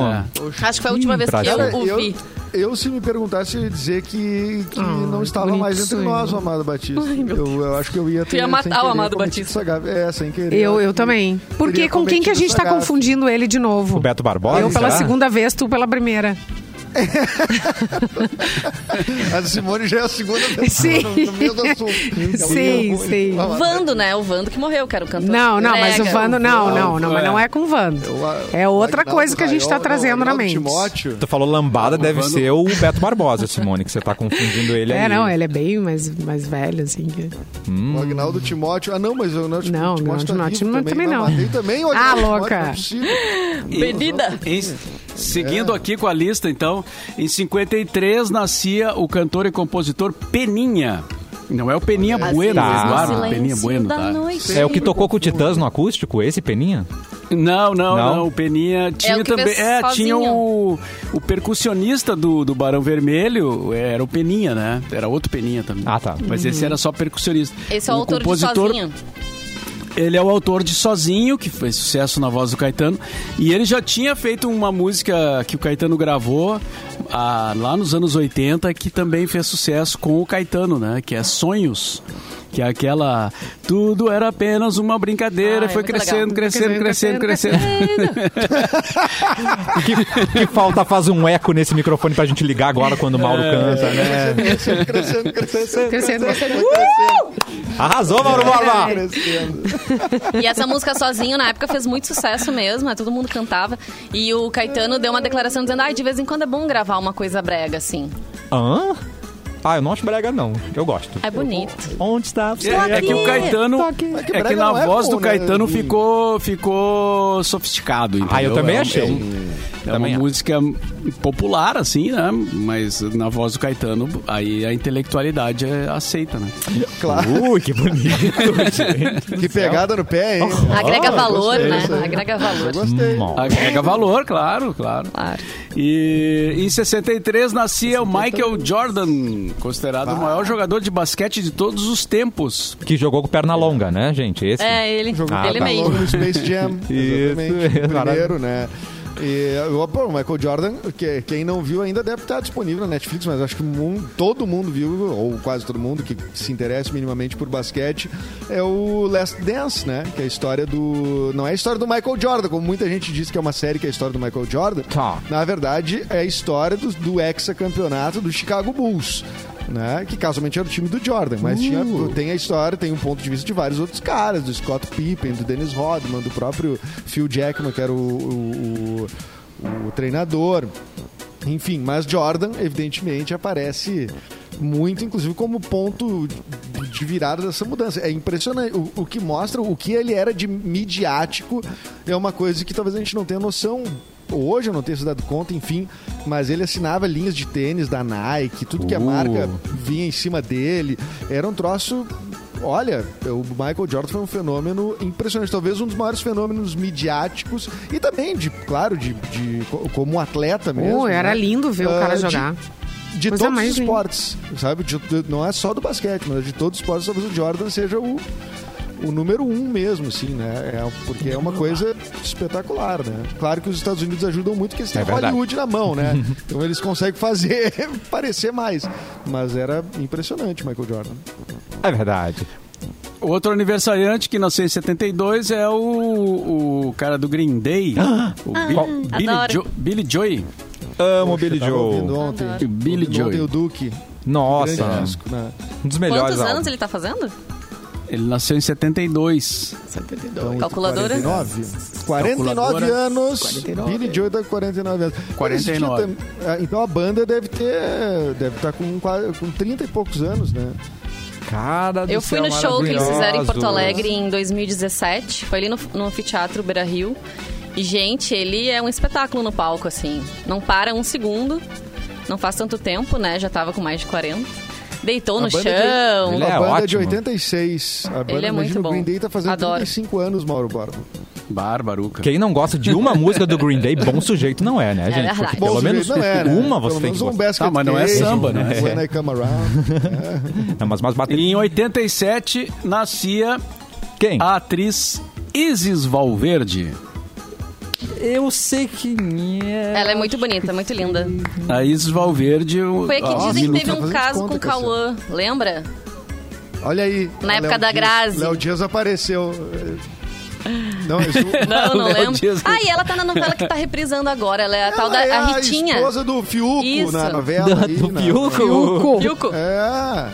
Speaker 5: Acho que foi a última
Speaker 1: Ih,
Speaker 5: vez que eu
Speaker 1: prazer.
Speaker 5: o vi.
Speaker 3: eu, se me perguntasse, eu ia dizer que, que não estava
Speaker 2: Ah, bonito
Speaker 3: mais entre
Speaker 2: isso aí.
Speaker 3: nós o Amado Batista. eu, eu acho que eu ia ter.
Speaker 5: ia matar
Speaker 3: sem
Speaker 5: o
Speaker 3: querer,
Speaker 5: Amado
Speaker 3: cometido
Speaker 5: Batista.
Speaker 3: essa gafe. É, sem querer.
Speaker 2: Eu, eu
Speaker 3: acho que
Speaker 2: também. Porque
Speaker 3: teria
Speaker 2: com quem que a gente
Speaker 3: cometido
Speaker 2: tá
Speaker 3: essa gafe.
Speaker 2: confundindo ele de novo?
Speaker 1: O Beto Barbosa?
Speaker 2: Eu pela
Speaker 1: será?
Speaker 2: segunda vez, tu pela primeira.
Speaker 3: A Simone já é a segunda
Speaker 2: [LAUGHS]
Speaker 3: pessoa
Speaker 2: Sim.
Speaker 3: no no mesmo assunto.
Speaker 2: Sim, sim.
Speaker 5: O Vando, né? O Vando que morreu, que era o cantor.
Speaker 2: Não, não, mas o
Speaker 5: Brega.
Speaker 2: Vando, não, não, não, mas não é com o Vando.
Speaker 3: ah,
Speaker 2: É outra coisa que a gente tá
Speaker 3: está
Speaker 2: trazendo na mente.
Speaker 3: Timóteo.
Speaker 1: Tu falou lambada, deve
Speaker 4: Lambando.
Speaker 1: ser o Beto Barbosa, Simone, que você tá confundindo ele
Speaker 2: É,
Speaker 1: aí.
Speaker 2: não, ele é bem mais, mais velho, assim. que-
Speaker 3: O Agnaldo Timóteo. Ah, não, mas o Agnaldo
Speaker 2: Não, o Agnaldo
Speaker 3: Timóteo, tá
Speaker 2: Timóteo
Speaker 3: vivo
Speaker 2: não- também não.
Speaker 3: Mas tem também o
Speaker 2: Ah,
Speaker 3: Agnaldo Timóteo,
Speaker 2: louca.
Speaker 3: não é possível.
Speaker 4: assim.
Speaker 5: Bebida.
Speaker 4: Em- seguindo aqui com a lista, então, em 53 nascia o cantor e compositor Peninha. Não é o Peninha Bueno,
Speaker 1: Tá.
Speaker 4: Eduardo.
Speaker 5: Silêncio
Speaker 4: Peninha Bueno,
Speaker 5: da
Speaker 4: tá?
Speaker 5: noite.
Speaker 1: É o que tocou com o Titãs no acústico, esse Peninha?
Speaker 4: Não, não,
Speaker 1: Não?
Speaker 4: não, O Peninha tinha
Speaker 5: o que
Speaker 4: também.
Speaker 5: fez
Speaker 4: É,
Speaker 5: sozinho.
Speaker 4: tinha o, o percussionista do, do Barão Vermelho, era o Peninha, né? Era outro Peninha também.
Speaker 1: Ah, tá.
Speaker 4: Mas esse era só percussionista.
Speaker 5: Uhum. Esse é o, autor de
Speaker 4: compositor-
Speaker 5: Sozinho.
Speaker 4: Ele é o autor de Sozinho, que fez sucesso na voz do Caetano. E ele já tinha feito uma música que o Caetano gravou ah, lá nos anos 80, que também fez sucesso com o Caetano, né? Que é Sonhos. Que é aquela. Tudo era apenas uma
Speaker 5: Ah,
Speaker 4: brincadeira.
Speaker 5: é
Speaker 4: foi
Speaker 5: muito
Speaker 4: crescendo,
Speaker 5: legal.
Speaker 4: crescendo, crescendo, crescendo.
Speaker 1: Que, que falta faz um eco nesse microfone pra gente ligar agora quando o Mauro canta, né?
Speaker 3: Crescendo, crescendo, crescendo.
Speaker 2: [LAUGHS] Crescendo, crescendo.
Speaker 1: Arrasou, Mauro
Speaker 2: É.
Speaker 1: Borba!
Speaker 3: Crescendo.
Speaker 5: E essa música sozinho, na época, fez muito sucesso mesmo, né? todo mundo cantava. E o Caetano deu uma declaração dizendo: ai, de vez em quando é bom gravar uma coisa brega, assim.
Speaker 1: Hã? Ah, eu não acho brega, não. Eu gosto.
Speaker 5: É bonito.
Speaker 1: Onde tá? está você?
Speaker 4: É, é que o Caetano.
Speaker 3: Mas que
Speaker 4: É
Speaker 3: brega
Speaker 4: que na
Speaker 3: não é
Speaker 4: voz
Speaker 3: bom,
Speaker 4: do
Speaker 3: né?
Speaker 4: Caetano
Speaker 3: Hum.
Speaker 4: ficou, ficou sofisticado.
Speaker 1: Ah, eu
Speaker 4: entendeu?
Speaker 1: também
Speaker 4: É um-
Speaker 1: achei.
Speaker 4: é um- É
Speaker 1: Também
Speaker 4: uma
Speaker 1: acho.
Speaker 4: música popular, assim, né? Mas na voz do Caetano, aí a intelectualidade é aceita, né?
Speaker 1: Tá
Speaker 3: Claro.
Speaker 1: Ui, Uh, que
Speaker 3: [LAUGHS]
Speaker 1: bonito, gente.
Speaker 3: Que pegada no pé, hein?
Speaker 5: Agrega
Speaker 3: Ah,
Speaker 5: valor,
Speaker 3: gostei
Speaker 5: né?
Speaker 3: disso aí.
Speaker 5: Agrega valor.
Speaker 3: Eu gostei.
Speaker 1: Bom,
Speaker 4: Agrega valor, claro, claro.
Speaker 5: Claro.
Speaker 4: E em 63 nascia o Michael Jordan,
Speaker 3: Ah.
Speaker 4: considerado o maior jogador de basquete de todos os tempos.
Speaker 1: que jogou com perna longa, né, gente? Esse.
Speaker 5: É, ele.
Speaker 3: Jogo
Speaker 1: Ah,
Speaker 3: que
Speaker 5: ele
Speaker 1: tá
Speaker 3: tá
Speaker 5: mesmo.
Speaker 3: logo no Space Jam.
Speaker 1: [LAUGHS] Isso,
Speaker 3: Exatamente.
Speaker 1: é
Speaker 3: O
Speaker 1: maravilhoso.
Speaker 3: primeiro, né? E, eu- pô, o Michael Jordan, que, quem não viu ainda deve estar disponível na Netflix, mas acho que mun- todo mundo viu, ou quase todo mundo que se interessa minimamente por basquete, é o Last Dance, né? Que é a história do. Não é a história do Michael Jordan, como muita gente diz que é uma série que é a história do Michael Jordan.
Speaker 1: Tá.
Speaker 3: Na verdade, é a história do, do hexacampeonato do Chicago Bulls. Né? Que casualmente era o time do Jordan, mas tinha, tem a história, tem um ponto de vista de vários outros caras, do Scott Pippen, do Dennis Rodman, do próprio Phil Jackman, que era o, o- o- o treinador. Enfim, mas Jordan, evidentemente, aparece muito, inclusive, como ponto de virada dessa mudança. É impressionante. O, o que mostra o que ele era de midiático é uma coisa que talvez a gente não tenha noção. Hoje eu não tenho se dado conta, enfim, mas ele assinava linhas de tênis da Nike, tudo que a
Speaker 4: Uh.
Speaker 3: marca vinha em cima dele. Era um troço. Olha, o Michael Jordan foi um fenômeno impressionante, talvez um dos maiores fenômenos midiáticos e também, de, claro, de, de- co- como atleta mesmo.
Speaker 2: Uh, era
Speaker 3: né?
Speaker 2: lindo ver o
Speaker 3: Ah,
Speaker 2: cara
Speaker 3: de-
Speaker 2: jogar.
Speaker 3: de
Speaker 2: Coisa
Speaker 3: todos
Speaker 2: mais
Speaker 3: os
Speaker 2: linda.
Speaker 3: esportes, sabe? De- de- não é só do basquete, mas de todos os esportes, talvez o Jordan seja o, o número um mesmo, assim, né? É, porque é
Speaker 2: Uhum.
Speaker 3: uma coisa espetacular, né? Claro que os Estados Unidos ajudam muito, porque eles têm
Speaker 1: É verdade.
Speaker 3: Hollywood na
Speaker 1: [LAUGHS]
Speaker 3: mão, né? então eles conseguem fazer [LAUGHS] parecer mais. Mas era impressionante, Michael Jordan.
Speaker 1: É verdade.
Speaker 4: Outro aniversariante que nasceu em 72 é o, o cara do Green Day,
Speaker 1: Ah.
Speaker 4: o
Speaker 1: Qual?
Speaker 4: Billy, Billy,
Speaker 5: Adoro.
Speaker 4: Jo- Billy Joy.
Speaker 1: Amo Billy
Speaker 3: Eu tava ouvindo
Speaker 1: Joe.
Speaker 3: ontem.
Speaker 4: O Billy
Speaker 3: ouvindo ontem
Speaker 4: Joy.
Speaker 3: o Duke.
Speaker 1: Nossa,
Speaker 3: Grande disco, né?
Speaker 1: um dos melhores.
Speaker 5: Quantos anos
Speaker 1: álbuns.
Speaker 5: ele tá fazendo?
Speaker 4: Ele nasceu em 72.
Speaker 3: Então,
Speaker 5: Calculadora?
Speaker 3: 49? 49 anos.
Speaker 4: 49.
Speaker 3: Billy Joe tá com 49 anos.
Speaker 4: 49.
Speaker 3: Esse dia tam- ah, Então a banda deve ter. Deve estar com, qua- com 30 e poucos anos, né?
Speaker 1: Cara do
Speaker 5: Eu fui
Speaker 1: céu,
Speaker 5: no show que eles fizeram em Porto
Speaker 1: maravilhoso.
Speaker 5: Alegre em 2017. Foi ali no, no anfiteatro Beira Rio. E, gente, ele é um espetáculo no palco, assim. Não para um segundo. Não faz tanto tempo, né? Já tava com mais de 40. Deitou
Speaker 3: A
Speaker 5: no
Speaker 3: banda de-
Speaker 5: chão.
Speaker 1: Ele
Speaker 3: a
Speaker 1: é
Speaker 3: banda é de
Speaker 1: ótimo.
Speaker 3: 86. A banda,
Speaker 5: Ele é
Speaker 3: imagina,
Speaker 5: muito
Speaker 3: o
Speaker 5: bom.
Speaker 3: Green Day tá fazendo
Speaker 5: Adoro.
Speaker 3: 35 anos, Mauro Borba.
Speaker 4: Barbaruca.
Speaker 1: Quem não gosta de uma música do Green Day, bom sujeito não é, né, gente?
Speaker 5: verdade.
Speaker 1: Porque
Speaker 5: Bom
Speaker 1: pelo
Speaker 3: sujeito
Speaker 1: menos
Speaker 3: não é, né?
Speaker 1: uma você tem
Speaker 3: Pelo menos
Speaker 1: que
Speaker 3: um
Speaker 1: gostar.
Speaker 3: basket
Speaker 4: Ah, mas não é
Speaker 3: case,
Speaker 4: samba, né?
Speaker 3: When I Come Around.
Speaker 1: Não, mas umas baterias...
Speaker 4: Em 87 nascia
Speaker 1: Quem?
Speaker 3: Ah,
Speaker 4: A atriz Isis Valverde.
Speaker 1: Eu sei quem é.
Speaker 5: Ela é muito bonita, muito linda.
Speaker 4: A Isis Valverde. o-
Speaker 5: Foi a que
Speaker 4: Ó,
Speaker 5: dizem que
Speaker 3: minuto
Speaker 5: teve
Speaker 3: pra
Speaker 5: um
Speaker 3: fazer
Speaker 5: caso
Speaker 3: tá conta,
Speaker 5: com o Cauã, lembra?
Speaker 3: Olha aí.
Speaker 5: Na
Speaker 3: Ah,
Speaker 5: época da
Speaker 3: Dias-
Speaker 5: Grazi.
Speaker 3: Léo Dias apareceu. Não,
Speaker 5: [LAUGHS]
Speaker 3: isso...
Speaker 5: Não, não
Speaker 4: Léo
Speaker 5: lembro.
Speaker 4: Dias.
Speaker 5: Ah, e ela tá na novela que tá reprisando agora. Ela é a tal da
Speaker 3: é
Speaker 5: a Ritinha.
Speaker 3: A esposa do Fiuco
Speaker 5: Isso.
Speaker 3: na novela.
Speaker 1: Da-
Speaker 3: aí,
Speaker 1: Do
Speaker 3: na-
Speaker 1: Piuco.
Speaker 5: Yuko.
Speaker 3: É.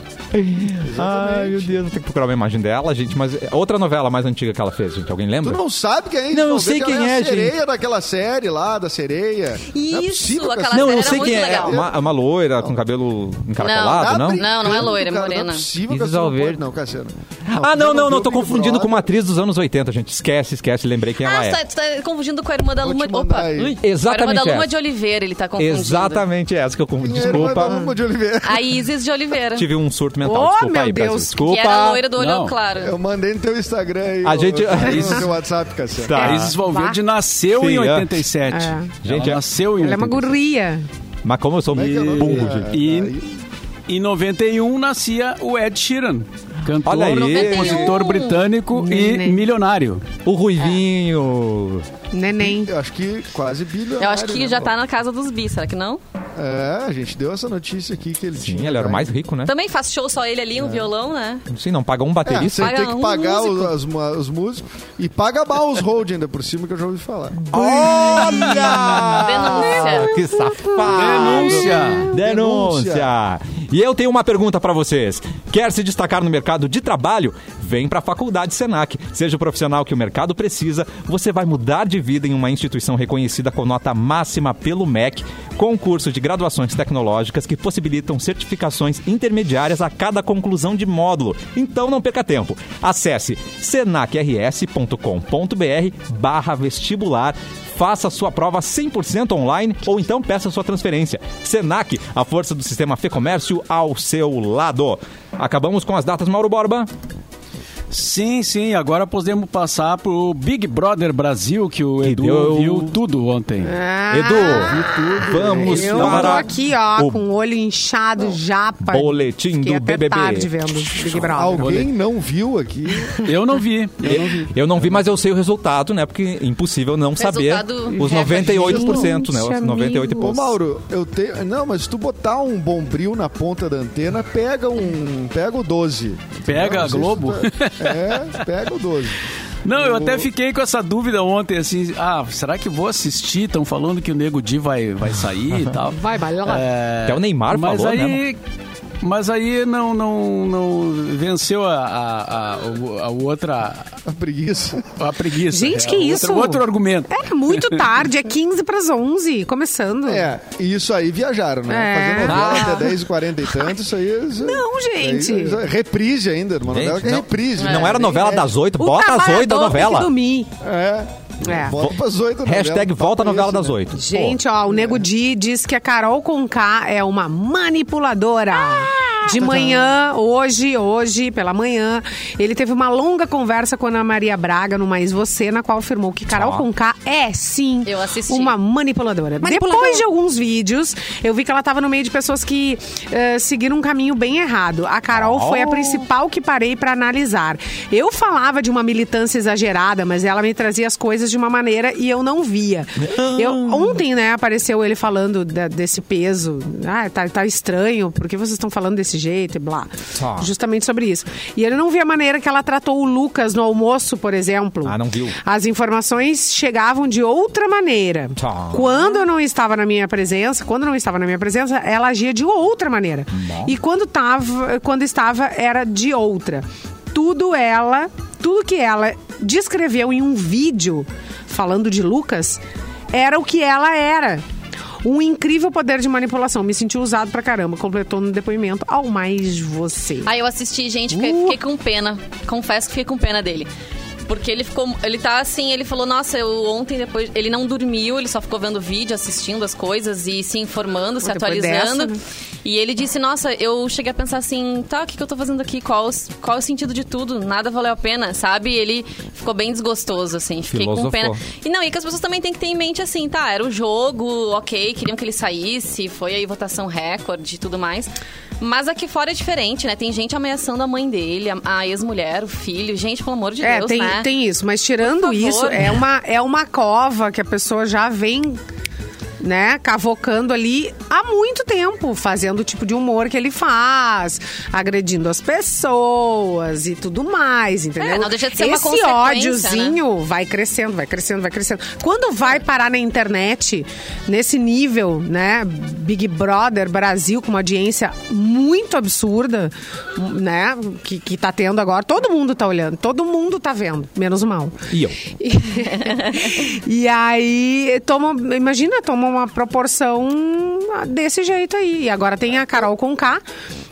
Speaker 1: Ai, meu Deus, vou ter que procurar uma imagem dela, gente. Mas é outra novela mais antiga que ela fez, gente. Alguém
Speaker 3: Tu
Speaker 1: lembra?
Speaker 3: não sabe quem é isso?
Speaker 1: Não, eu
Speaker 3: Talvez
Speaker 1: sei
Speaker 3: ela
Speaker 1: quem
Speaker 3: é
Speaker 1: é,
Speaker 3: a sereia
Speaker 1: gente.
Speaker 3: daquela série lá, da sereia. Não é
Speaker 5: Isso,
Speaker 3: possível que
Speaker 5: aquela
Speaker 3: essa-
Speaker 5: Não,
Speaker 1: eu
Speaker 5: era
Speaker 1: sei
Speaker 5: muito
Speaker 1: quem é.
Speaker 5: legal.
Speaker 1: Uma, uma loira com cabelo encaracolado, Ah, não?
Speaker 3: Tá
Speaker 5: Não, não é loira, é
Speaker 3: brincando,
Speaker 5: morena.
Speaker 3: Não é possível que
Speaker 1: Isis
Speaker 3: essa não
Speaker 1: Valverde.
Speaker 3: pode, não, um Cassiano.
Speaker 1: Ah, não, não, não. Tô
Speaker 3: viu o Big
Speaker 1: confundindo com uma
Speaker 3: Brother.
Speaker 1: atriz dos anos 80, gente. Esquece, esquece. Lembrei quem ela
Speaker 5: Ah,
Speaker 1: é.
Speaker 5: você tá, você tá confundindo com a irmã da
Speaker 3: Vou te
Speaker 5: Luma.
Speaker 3: mandar
Speaker 5: Opa,
Speaker 3: aí.
Speaker 5: ui.
Speaker 1: Exatamente
Speaker 5: Com a irmã da Luma
Speaker 1: essa.
Speaker 5: de Oliveira, ele tá confundindo.
Speaker 1: Exatamente essa que eu confundi.
Speaker 3: Era uma da
Speaker 1: Desculpa.
Speaker 3: Luma de Oliveira.
Speaker 5: A Isis de Oliveira.
Speaker 1: Tive um surto mental.
Speaker 2: Oh,
Speaker 1: Desculpa
Speaker 2: meu
Speaker 1: aí, Brasil.
Speaker 2: Deus,
Speaker 1: Desculpa.
Speaker 5: Que era a loira do olho
Speaker 4: Não.
Speaker 5: claro.
Speaker 3: Eu mandei no teu Instagram aí.
Speaker 1: A
Speaker 3: o-
Speaker 1: gente- [LAUGHS]
Speaker 3: No teu WhatsApp, Cassiano.
Speaker 1: Tá.
Speaker 4: A Isis Valverde nasceu
Speaker 1: Sim,
Speaker 4: em
Speaker 1: é.
Speaker 4: 87.
Speaker 2: É.
Speaker 1: Gente,
Speaker 4: Gente,
Speaker 1: é-
Speaker 4: ela nasceu em
Speaker 2: Ela é uma
Speaker 4: 87.
Speaker 2: guria.
Speaker 1: Mas como eu sou
Speaker 3: Como é que é o nome
Speaker 1: burro,
Speaker 3: da-
Speaker 1: gente.
Speaker 4: E-
Speaker 3: da-
Speaker 4: Em 91 nascia o Ed Sheeran, cantor,
Speaker 1: Olha aí. 91.
Speaker 4: compositor britânico e
Speaker 2: Neném.
Speaker 4: milionário.
Speaker 1: O Ruivinho.
Speaker 2: Neném.
Speaker 3: Eu acho que quase bilionário.
Speaker 5: Eu acho que
Speaker 3: né,
Speaker 5: já
Speaker 3: pô?
Speaker 5: tá na casa dos bi, será que não?
Speaker 3: É, a gente deu essa notícia aqui que ele
Speaker 1: Sim,
Speaker 3: tinha.
Speaker 1: ele era o
Speaker 3: cara.
Speaker 1: mais rico, né?
Speaker 5: Também faz show só ele ali, um violão, né?
Speaker 1: Sim, não paga um
Speaker 3: É,
Speaker 1: baterista.
Speaker 3: você tem
Speaker 5: Paga
Speaker 3: que
Speaker 5: um
Speaker 3: pagar os,
Speaker 5: músico.
Speaker 3: as mu- os músicos e paga mal os hold ainda por cima que eu já ouvi falar.
Speaker 1: Olha!
Speaker 5: Denúncia.
Speaker 1: Que safado!
Speaker 4: Denúncia!
Speaker 1: Denúncia! E eu tenho uma pergunta pra vocês. Quer se destacar no mercado de trabalho? Vem pra Faculdade Senac. Seja o profissional que o mercado precisa, você vai mudar de vida em uma instituição reconhecida com nota máxima pelo MEC, com curso de graduações tecnológicas que possibilitam certificações intermediárias a cada conclusão de módulo. Então não perca tempo. Acesse senacrs.com.br barra vestibular Faça sua prova 100% online ou então peça sua transferência. Senac, a força do sistema Fê Comércio ao seu lado. Acabamos com as datas, Mauro Borba.
Speaker 4: Sim, sim, agora podemos passar pro Big Brother Brasil, que o
Speaker 1: Que
Speaker 4: Edu
Speaker 1: deu- um-
Speaker 4: viu tudo ontem.
Speaker 2: Ah,
Speaker 1: Edu, vamos
Speaker 2: Eu tô
Speaker 1: para
Speaker 2: aqui, ó,
Speaker 1: o
Speaker 2: com o olho inchado, japa.
Speaker 1: boletim
Speaker 2: Fiquei
Speaker 1: do
Speaker 2: até
Speaker 1: BBB.
Speaker 2: tarde vendo Big Brother.
Speaker 3: Alguém não viu aqui.
Speaker 4: Eu não vi, eu
Speaker 1: [LAUGHS]
Speaker 4: não vi.
Speaker 1: Eu não vi, mas eu sei o resultado, né? Porque é impossível não saber
Speaker 5: Resultado
Speaker 1: os 98%, né?
Speaker 2: Gente,
Speaker 1: Os 98 e
Speaker 2: amigo.
Speaker 3: Ô
Speaker 1: poucos.
Speaker 3: Mauro, eu tenho. Não, mas se tu botar um bombril na ponta da antena, pega um. Pega o 12.
Speaker 4: Pega
Speaker 3: Não sei
Speaker 4: a Globo.
Speaker 3: se
Speaker 1: [LAUGHS]
Speaker 3: tu tá- É, pega o 12.
Speaker 4: Não, eu até fiquei com essa dúvida ontem, assim, ah, será que vou assistir? Estão falando que o Nego Di vai, vai sair e tal.
Speaker 2: [LAUGHS] Vai, vai lá.
Speaker 4: É,
Speaker 1: Até o Neymar
Speaker 4: mas
Speaker 1: falou, né,
Speaker 4: aí, Mas aí não, não, não venceu a, a, a- o- a outra
Speaker 3: A preguiça.
Speaker 4: a preguiça.
Speaker 2: Gente,
Speaker 4: É,
Speaker 2: que
Speaker 4: outro-
Speaker 2: isso?
Speaker 4: Outro argumento.
Speaker 2: É muito tarde, é 15 pras 11, começando.
Speaker 3: É, e isso aí viajaram, né?
Speaker 2: É.
Speaker 3: Fazendo novela
Speaker 1: Ah.
Speaker 3: até 10 e 40 e tanto, isso aí. é isso-
Speaker 2: Não, gente.
Speaker 3: aí- isso aí- reprise ainda, uma novela
Speaker 1: Gente,
Speaker 3: que é
Speaker 1: não-
Speaker 3: reprise. né?
Speaker 1: Não era
Speaker 3: Nem
Speaker 1: novela
Speaker 3: é-
Speaker 1: das oito,
Speaker 2: O
Speaker 1: bota às oito a
Speaker 2: trabalhador tem que
Speaker 1: novela.
Speaker 2: dormir.
Speaker 3: É.
Speaker 2: É.
Speaker 3: Volta pras 8 novela.
Speaker 1: Hashtag volta a
Speaker 3: Papo
Speaker 1: novela
Speaker 3: esse,
Speaker 1: das
Speaker 3: né?
Speaker 1: oito.
Speaker 2: Gente, ó, o Nego Di diz que a Carol Conká é uma manipuladora.
Speaker 5: Ah! Tá,
Speaker 2: De manhã, hoje, hoje, pela manhã, ele teve uma longa conversa com a Ana Maria Braga no Mais Você, na qual afirmou que Carol
Speaker 1: Ó.
Speaker 2: Conká é, sim,
Speaker 5: Eu assisti.
Speaker 2: uma manipuladora. Depois de alguns vídeos, eu vi que ela estava no meio de pessoas que eh, seguiram um caminho bem errado. A Carol
Speaker 1: Ó.
Speaker 2: foi a principal que parei para analisar. Eu falava de uma militância exagerada, mas ela me trazia as coisas de uma maneira e eu não via.
Speaker 1: Ah.
Speaker 2: Eu, ontem, né, apareceu ele falando da- desse peso. Ah, tá, tá estranho, por que vocês estão falando desse jeito e blá.
Speaker 1: Tá.
Speaker 2: Justamente sobre isso. E ele não via a maneira que ela tratou o Lucas no almoço, por exemplo.
Speaker 1: Ah, não viu.
Speaker 2: As informações chegavam de outra maneira.
Speaker 1: Tá.
Speaker 2: Quando eu não estava na minha presença, quando não estava na minha presença, ela agia de outra maneira. E quando, tava, quando estava, era de outra. Tudo ela, tudo que ela descreveu em um vídeo falando de Lucas, era o que ela era. Um incrível poder de manipulação. Me senti usado pra caramba. Completou no depoimento. Ao mais você.
Speaker 5: Aí eu assisti, gente, fiquei,
Speaker 2: Uh!
Speaker 5: fiquei com pena. Confesso que fiquei com pena dele. Porque ele ficou. Ele tá assim, ele falou, nossa, eu ontem depois. Ele não dormiu, ele só ficou vendo vídeo, assistindo as coisas e se informando, se
Speaker 2: depois
Speaker 5: atualizando.
Speaker 2: dessa, né?
Speaker 5: E ele disse, nossa, eu cheguei a pensar assim, tá, o que, que eu tô fazendo aqui? Qual, os- qual é o sentido de tudo? Nada valeu a pena, sabe? Ele ficou bem desgostoso, assim. Fiquei com
Speaker 1: Filosofou.
Speaker 5: pena. E não, e que as pessoas também têm que ter em mente assim, tá, era o jogo, ok, queriam que ele saísse, foi aí votação recorde e tudo mais. Mas aqui fora é diferente, né? Tem gente ameaçando a mãe dele, a, a ex-mulher, o filho. Gente, pelo amor de
Speaker 2: É,
Speaker 5: Deus,
Speaker 2: tem,
Speaker 5: né?
Speaker 2: tem isso, mas tirando
Speaker 5: Por favor.
Speaker 2: isso, é uma, é uma cova que a pessoa já vem, né, cavocando ali há muito tempo, fazendo o tipo de humor que ele faz, agredindo as pessoas e tudo mais, entendeu?
Speaker 5: É, não deixa de ser uma
Speaker 2: Esse
Speaker 5: consequência,
Speaker 2: ódiozinho vai crescendo, vai crescendo, vai crescendo. Quando vai parar na internet, nesse nível, né, Big Brother Brasil, com uma audiência muito absurda, né, que, que tá tendo agora, todo mundo tá olhando, todo mundo tá vendo, menos o mal.
Speaker 1: E eu?
Speaker 2: E aí, toma, imagina, toma uma proporção desse jeito aí. E agora tem a Carol Conká,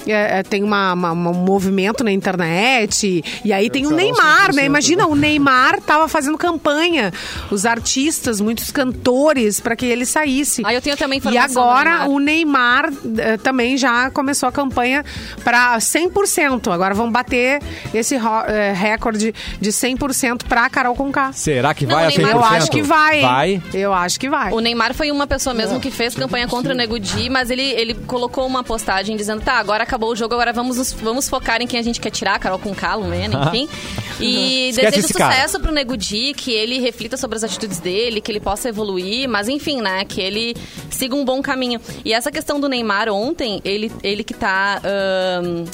Speaker 2: é, é, tem uma, uma- um movimento na internet, e aí tem o
Speaker 3: Carol 100%,
Speaker 2: Neymar, né?
Speaker 3: né?
Speaker 2: Imagina, o Neymar tava fazendo campanha, os artistas, muitos cantores, para que ele saísse.
Speaker 5: Ah, eu tenho também
Speaker 2: E
Speaker 5: informação do
Speaker 2: agora
Speaker 5: Neymar.
Speaker 2: o Neymar eh, também já começou a campanha para 100%. Agora vão bater esse ro- eh, recorde de 100% para Carol Conká.
Speaker 1: Será que
Speaker 5: Não,
Speaker 1: vai a
Speaker 5: o
Speaker 1: 100%?
Speaker 5: Neymar-
Speaker 2: Eu acho que vai, hein?
Speaker 1: Vai.
Speaker 2: Eu acho que vai.
Speaker 5: O Neymar foi uma pessoa mesmo que fez campanha contra o Nego Di, mas ele, ele colocou uma postagem dizendo, tá, agora acabou o jogo, agora vamos, nos- vamos focar em quem a gente quer tirar, Carol com Calo,
Speaker 2: [LAUGHS]
Speaker 5: Mena, enfim. E
Speaker 1: Esquece
Speaker 5: desejo
Speaker 1: esse cara.
Speaker 5: sucesso pro Nego Di, que ele reflita sobre as atitudes dele, que ele possa evoluir, mas enfim, né, que ele siga um bom caminho. E essa questão do Neymar ontem, ele, ele que tá... ahn,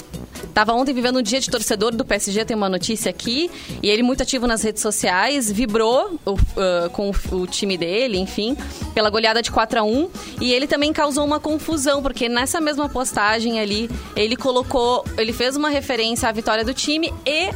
Speaker 5: Tava ontem vivendo um dia de torcedor do PSG, tem uma notícia aqui. E ele muito ativo nas redes sociais, vibrou o- ah, com o time dele, enfim, pela goleada de 4 a 1 E ele também causou uma confusão, porque nessa mesma postagem ali, ele colocou, ele fez uma referência à vitória do time e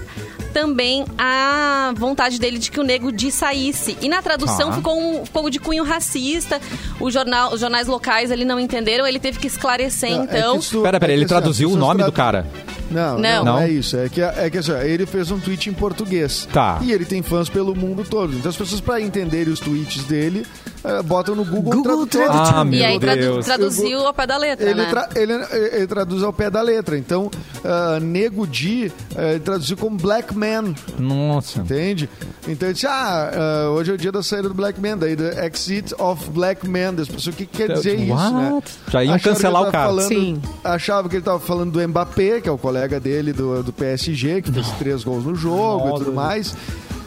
Speaker 5: também à vontade dele de que o Nego Di saísse. E na tradução
Speaker 1: Tá.
Speaker 5: ficou ficou um pouco de cunho racista. O jornal, os jornais locais ali não entenderam, ele teve que esclarecer,
Speaker 3: É, é que
Speaker 5: então.
Speaker 3: isso-
Speaker 1: Pera, pera,
Speaker 3: é que
Speaker 1: ele
Speaker 3: assim, ó,
Speaker 1: traduziu o
Speaker 3: pessoas
Speaker 1: nome
Speaker 3: tra-
Speaker 1: do cara.
Speaker 3: Não,
Speaker 5: Não.
Speaker 3: não,
Speaker 1: Não?
Speaker 3: é isso. É que, é que assim, ó, ele fez um tweet em português.
Speaker 1: Tá.
Speaker 3: E ele tem fãs pelo mundo todo. Então as pessoas, pra entenderem os tweets dele, eh, botam no Google,
Speaker 2: Google
Speaker 1: Tradutor.
Speaker 3: é
Speaker 1: Ah,
Speaker 5: E
Speaker 1: Meu
Speaker 5: aí tradu-
Speaker 1: Deus.
Speaker 5: traduziu ao pé da letra,
Speaker 3: Ele,
Speaker 5: né?
Speaker 3: tra- ele, ele traduz ao pé da letra. Então, ah, Nego Di eh, ele traduziu como Black Man,
Speaker 1: Nossa.
Speaker 3: entende? Então ele disse, ah, ah, hoje é o dia da saída do Black Man, daí The Exit of Black Man. Das pessoas, o que quer dizer isso, né?
Speaker 1: Então, What? Já iam
Speaker 3: Acharam que ele
Speaker 1: cancelar o
Speaker 3: tava
Speaker 1: cara.
Speaker 3: falando-
Speaker 2: Sim.
Speaker 3: Achava que ele tava falando do Mbappé, que é o colega dele do, do PSG, que fez três gols no jogo
Speaker 1: Nossa.
Speaker 3: e tudo mais.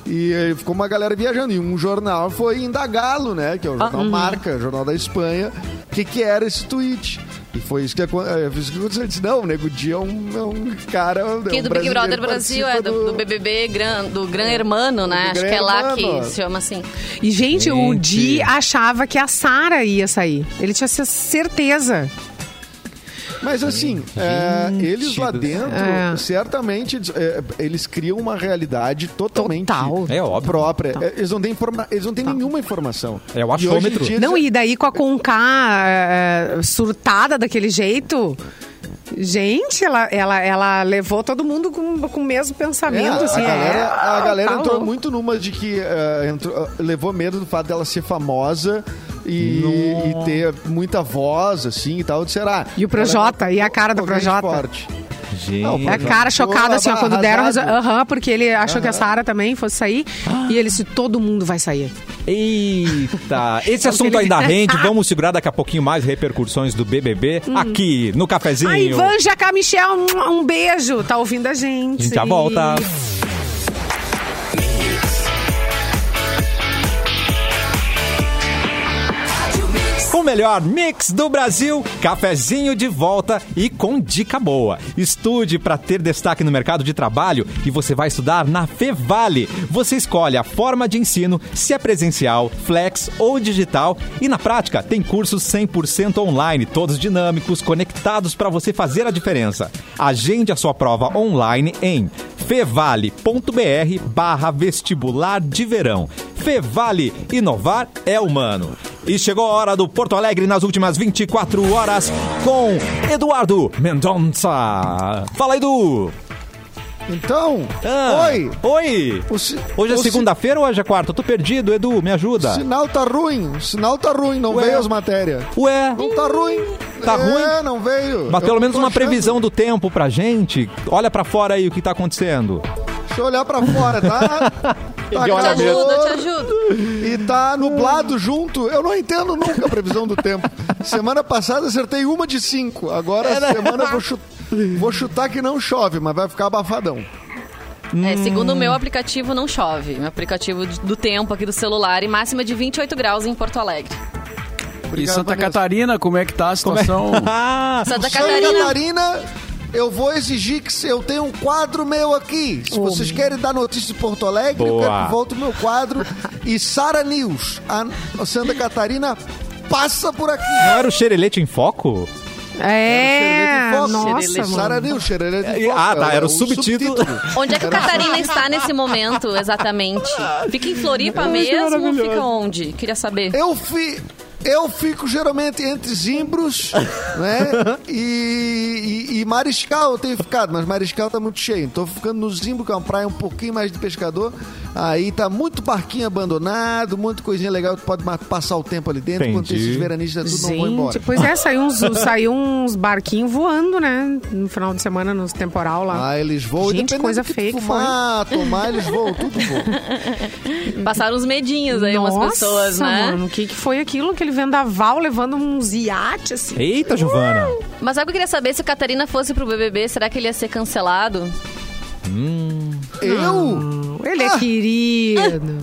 Speaker 3: E eh, ficou uma galera viajando. E um jornal foi indagá-lo, né? Que é o
Speaker 5: Ah.
Speaker 3: jornal
Speaker 5: Uhum.
Speaker 3: Marca, jornal da Espanha. O que, que era esse tweet? E foi isso que acon- eh, foi isso que aconteceu. Ele disse, não, o Nego Di é um, é um cara... é
Speaker 5: Que
Speaker 3: um
Speaker 5: do Big
Speaker 3: brasileiro
Speaker 5: Brother
Speaker 3: que
Speaker 5: Brasil, é
Speaker 3: participa
Speaker 5: do, do BBB, gran, do Gran Hermano, né?
Speaker 3: Do
Speaker 5: Acho
Speaker 3: Gran
Speaker 5: que é lá
Speaker 3: Hermano.
Speaker 5: que se chama assim.
Speaker 2: E, gente, o
Speaker 1: Gente.
Speaker 2: Di achava que a Sara ia sair. Ele tinha cer- certeza.
Speaker 3: Mas assim, é,
Speaker 1: Gente
Speaker 3: eles lá
Speaker 1: do
Speaker 3: dentro,
Speaker 2: céu.
Speaker 3: certamente, eles, é, eles criam uma realidade totalmente
Speaker 2: Total.
Speaker 1: É óbvio.
Speaker 3: própria. É, Eles não têm, informa eles não têm nenhuma informação.
Speaker 1: É o
Speaker 3: E hoje em
Speaker 1: achômetro.
Speaker 3: dia eles-
Speaker 2: Não, e daí com a Conká eh, surtada daquele jeito. Gente, ela, ela, ela levou todo mundo com, com o mesmo
Speaker 3: É,
Speaker 2: pensamento. assim,
Speaker 3: a galera,
Speaker 2: é,
Speaker 3: a galera
Speaker 2: tá
Speaker 3: entrou
Speaker 2: louco.
Speaker 3: muito numa de que é, entrou- levou medo do fato dela ser famosa e, e ter muita voz, assim, e tal. Será?
Speaker 2: E o Projota, e a cara do Projota?
Speaker 3: é um Forte.
Speaker 1: Gente.
Speaker 3: Não,
Speaker 2: É a cara chocada, assim, ó, quando deram. Aham, porque ele achou que a Sara também fosse sair. E ele disse: todo mundo vai sair.
Speaker 1: Eita! Esse assunto
Speaker 3: [LAUGHS]
Speaker 1: ainda rende. Vamos segurar daqui a pouquinho mais repercussões do BBB
Speaker 3: Hum.
Speaker 1: aqui no cafezinho.
Speaker 2: A Ivan Jacá Michel, um, um beijo. Tá ouvindo a gente.
Speaker 1: A gente já volta. O melhor mix do Brasil, cafezinho de volta e com dica boa. Estude para ter destaque no mercado de trabalho e você vai estudar na Fevale. Você escolhe a forma de ensino, se é presencial, flex ou digital e na prática tem cursos 100% online, todos dinâmicos, conectados para você fazer a diferença. Agende a sua prova online em fevale.br barra vestibular de verão. Fevale, inovar é humano. E chegou a hora do Porto Alegre nas últimas 24 horas com Eduardo Mendonça. Fala, Edu!
Speaker 3: Então,
Speaker 1: Ah,
Speaker 3: oi!
Speaker 1: Oi!
Speaker 3: O si-
Speaker 1: Hoje é
Speaker 3: o si-
Speaker 1: segunda-feira ou hoje é quarta? Eu tô perdido, Edu, me ajuda.
Speaker 3: Sinal tá ruim, o sinal tá ruim, não
Speaker 1: Ué.
Speaker 3: veio as matérias.
Speaker 1: Ué,
Speaker 3: Não tá ruim.
Speaker 1: Tá
Speaker 3: é,
Speaker 1: ruim?
Speaker 3: não veio.
Speaker 1: mas
Speaker 3: Eu
Speaker 1: pelo menos
Speaker 3: tô
Speaker 1: uma
Speaker 3: achando.
Speaker 1: previsão do tempo pra gente. Olha pra fora aí o que tá acontecendo.
Speaker 3: Deixa eu olhar pra fora, tá?
Speaker 1: [LAUGHS]
Speaker 3: tá
Speaker 5: Eu te
Speaker 3: calor
Speaker 5: ajudo, eu te ajudo.
Speaker 3: E tá nublado junto. Eu não entendo nunca a previsão do tempo. Semana passada acertei uma de cinco. Agora, semana eu vou chutar. Vou chutar que não chove, mas vai ficar abafadão.
Speaker 5: É, segundo o meu aplicativo, não chove. Meu aplicativo de- do tempo aqui do celular e máxima de 28 graus em Porto Alegre.
Speaker 4: E
Speaker 3: Obrigado,
Speaker 4: Santa
Speaker 3: Vanessa.
Speaker 4: Catarina, como é que tá a situação?
Speaker 1: [LAUGHS] Ah,
Speaker 5: Santa
Speaker 3: Santa
Speaker 5: Catarina.
Speaker 3: Catarina, eu vou exigir que se- eu tenha um quadro meu aqui. Se vocês querem dar notícia de Porto Alegre, eu
Speaker 1: Boa.
Speaker 3: quero que volte o meu quadro. E Sara News, a Santa Catarina passa por aqui.
Speaker 1: não era o xerelete em foco?
Speaker 2: É, nossa, mano.
Speaker 3: Sara News, xerelete de foco.
Speaker 1: Ah, tá, era o subtítulo.
Speaker 5: Onde é que a
Speaker 3: Era-
Speaker 5: Catarina está nesse momento, exatamente? Fica em Floripa mesmo? Fica onde? Queria saber.
Speaker 3: Eu fi, eu fico geralmente
Speaker 1: [LAUGHS]
Speaker 3: entre Zimbros, né? E, e- e Mariscal eu tenho ficado, mas Mariscal tá muito cheio. Tô ficando no Zimbro, que é uma praia um pouquinho mais de pescador. Aí tá muito barquinho abandonado, muita coisinha legal que tu pode ma- passar o tempo ali dentro. Enquanto
Speaker 1: Entendi.
Speaker 3: esses veranistas tudo não vão
Speaker 2: Gente,
Speaker 3: embora.
Speaker 2: pois é, saiu uns, saiu uns barquinhos voando, né? No final de semana, nos temporal lá.
Speaker 3: Ah, eles voam.
Speaker 2: Gente,
Speaker 3: dependendo
Speaker 2: coisa
Speaker 3: do que tu
Speaker 2: feia que
Speaker 3: fumar, tomar, eles voam, tudo
Speaker 2: [LAUGHS]
Speaker 3: voam.
Speaker 5: Passaram uns medinhos aí, umas pessoas, né?
Speaker 2: mano, o que, que foi aquilo? Aquele vendaval levando uns iates, assim.
Speaker 1: Eita, Giovana.
Speaker 5: Mas sabe o que eu queria saber? Se o Catarina fosse pro BBB, será que ele ia ser cancelado?
Speaker 3: Eu?
Speaker 2: Ele
Speaker 3: Ah.
Speaker 2: é querido.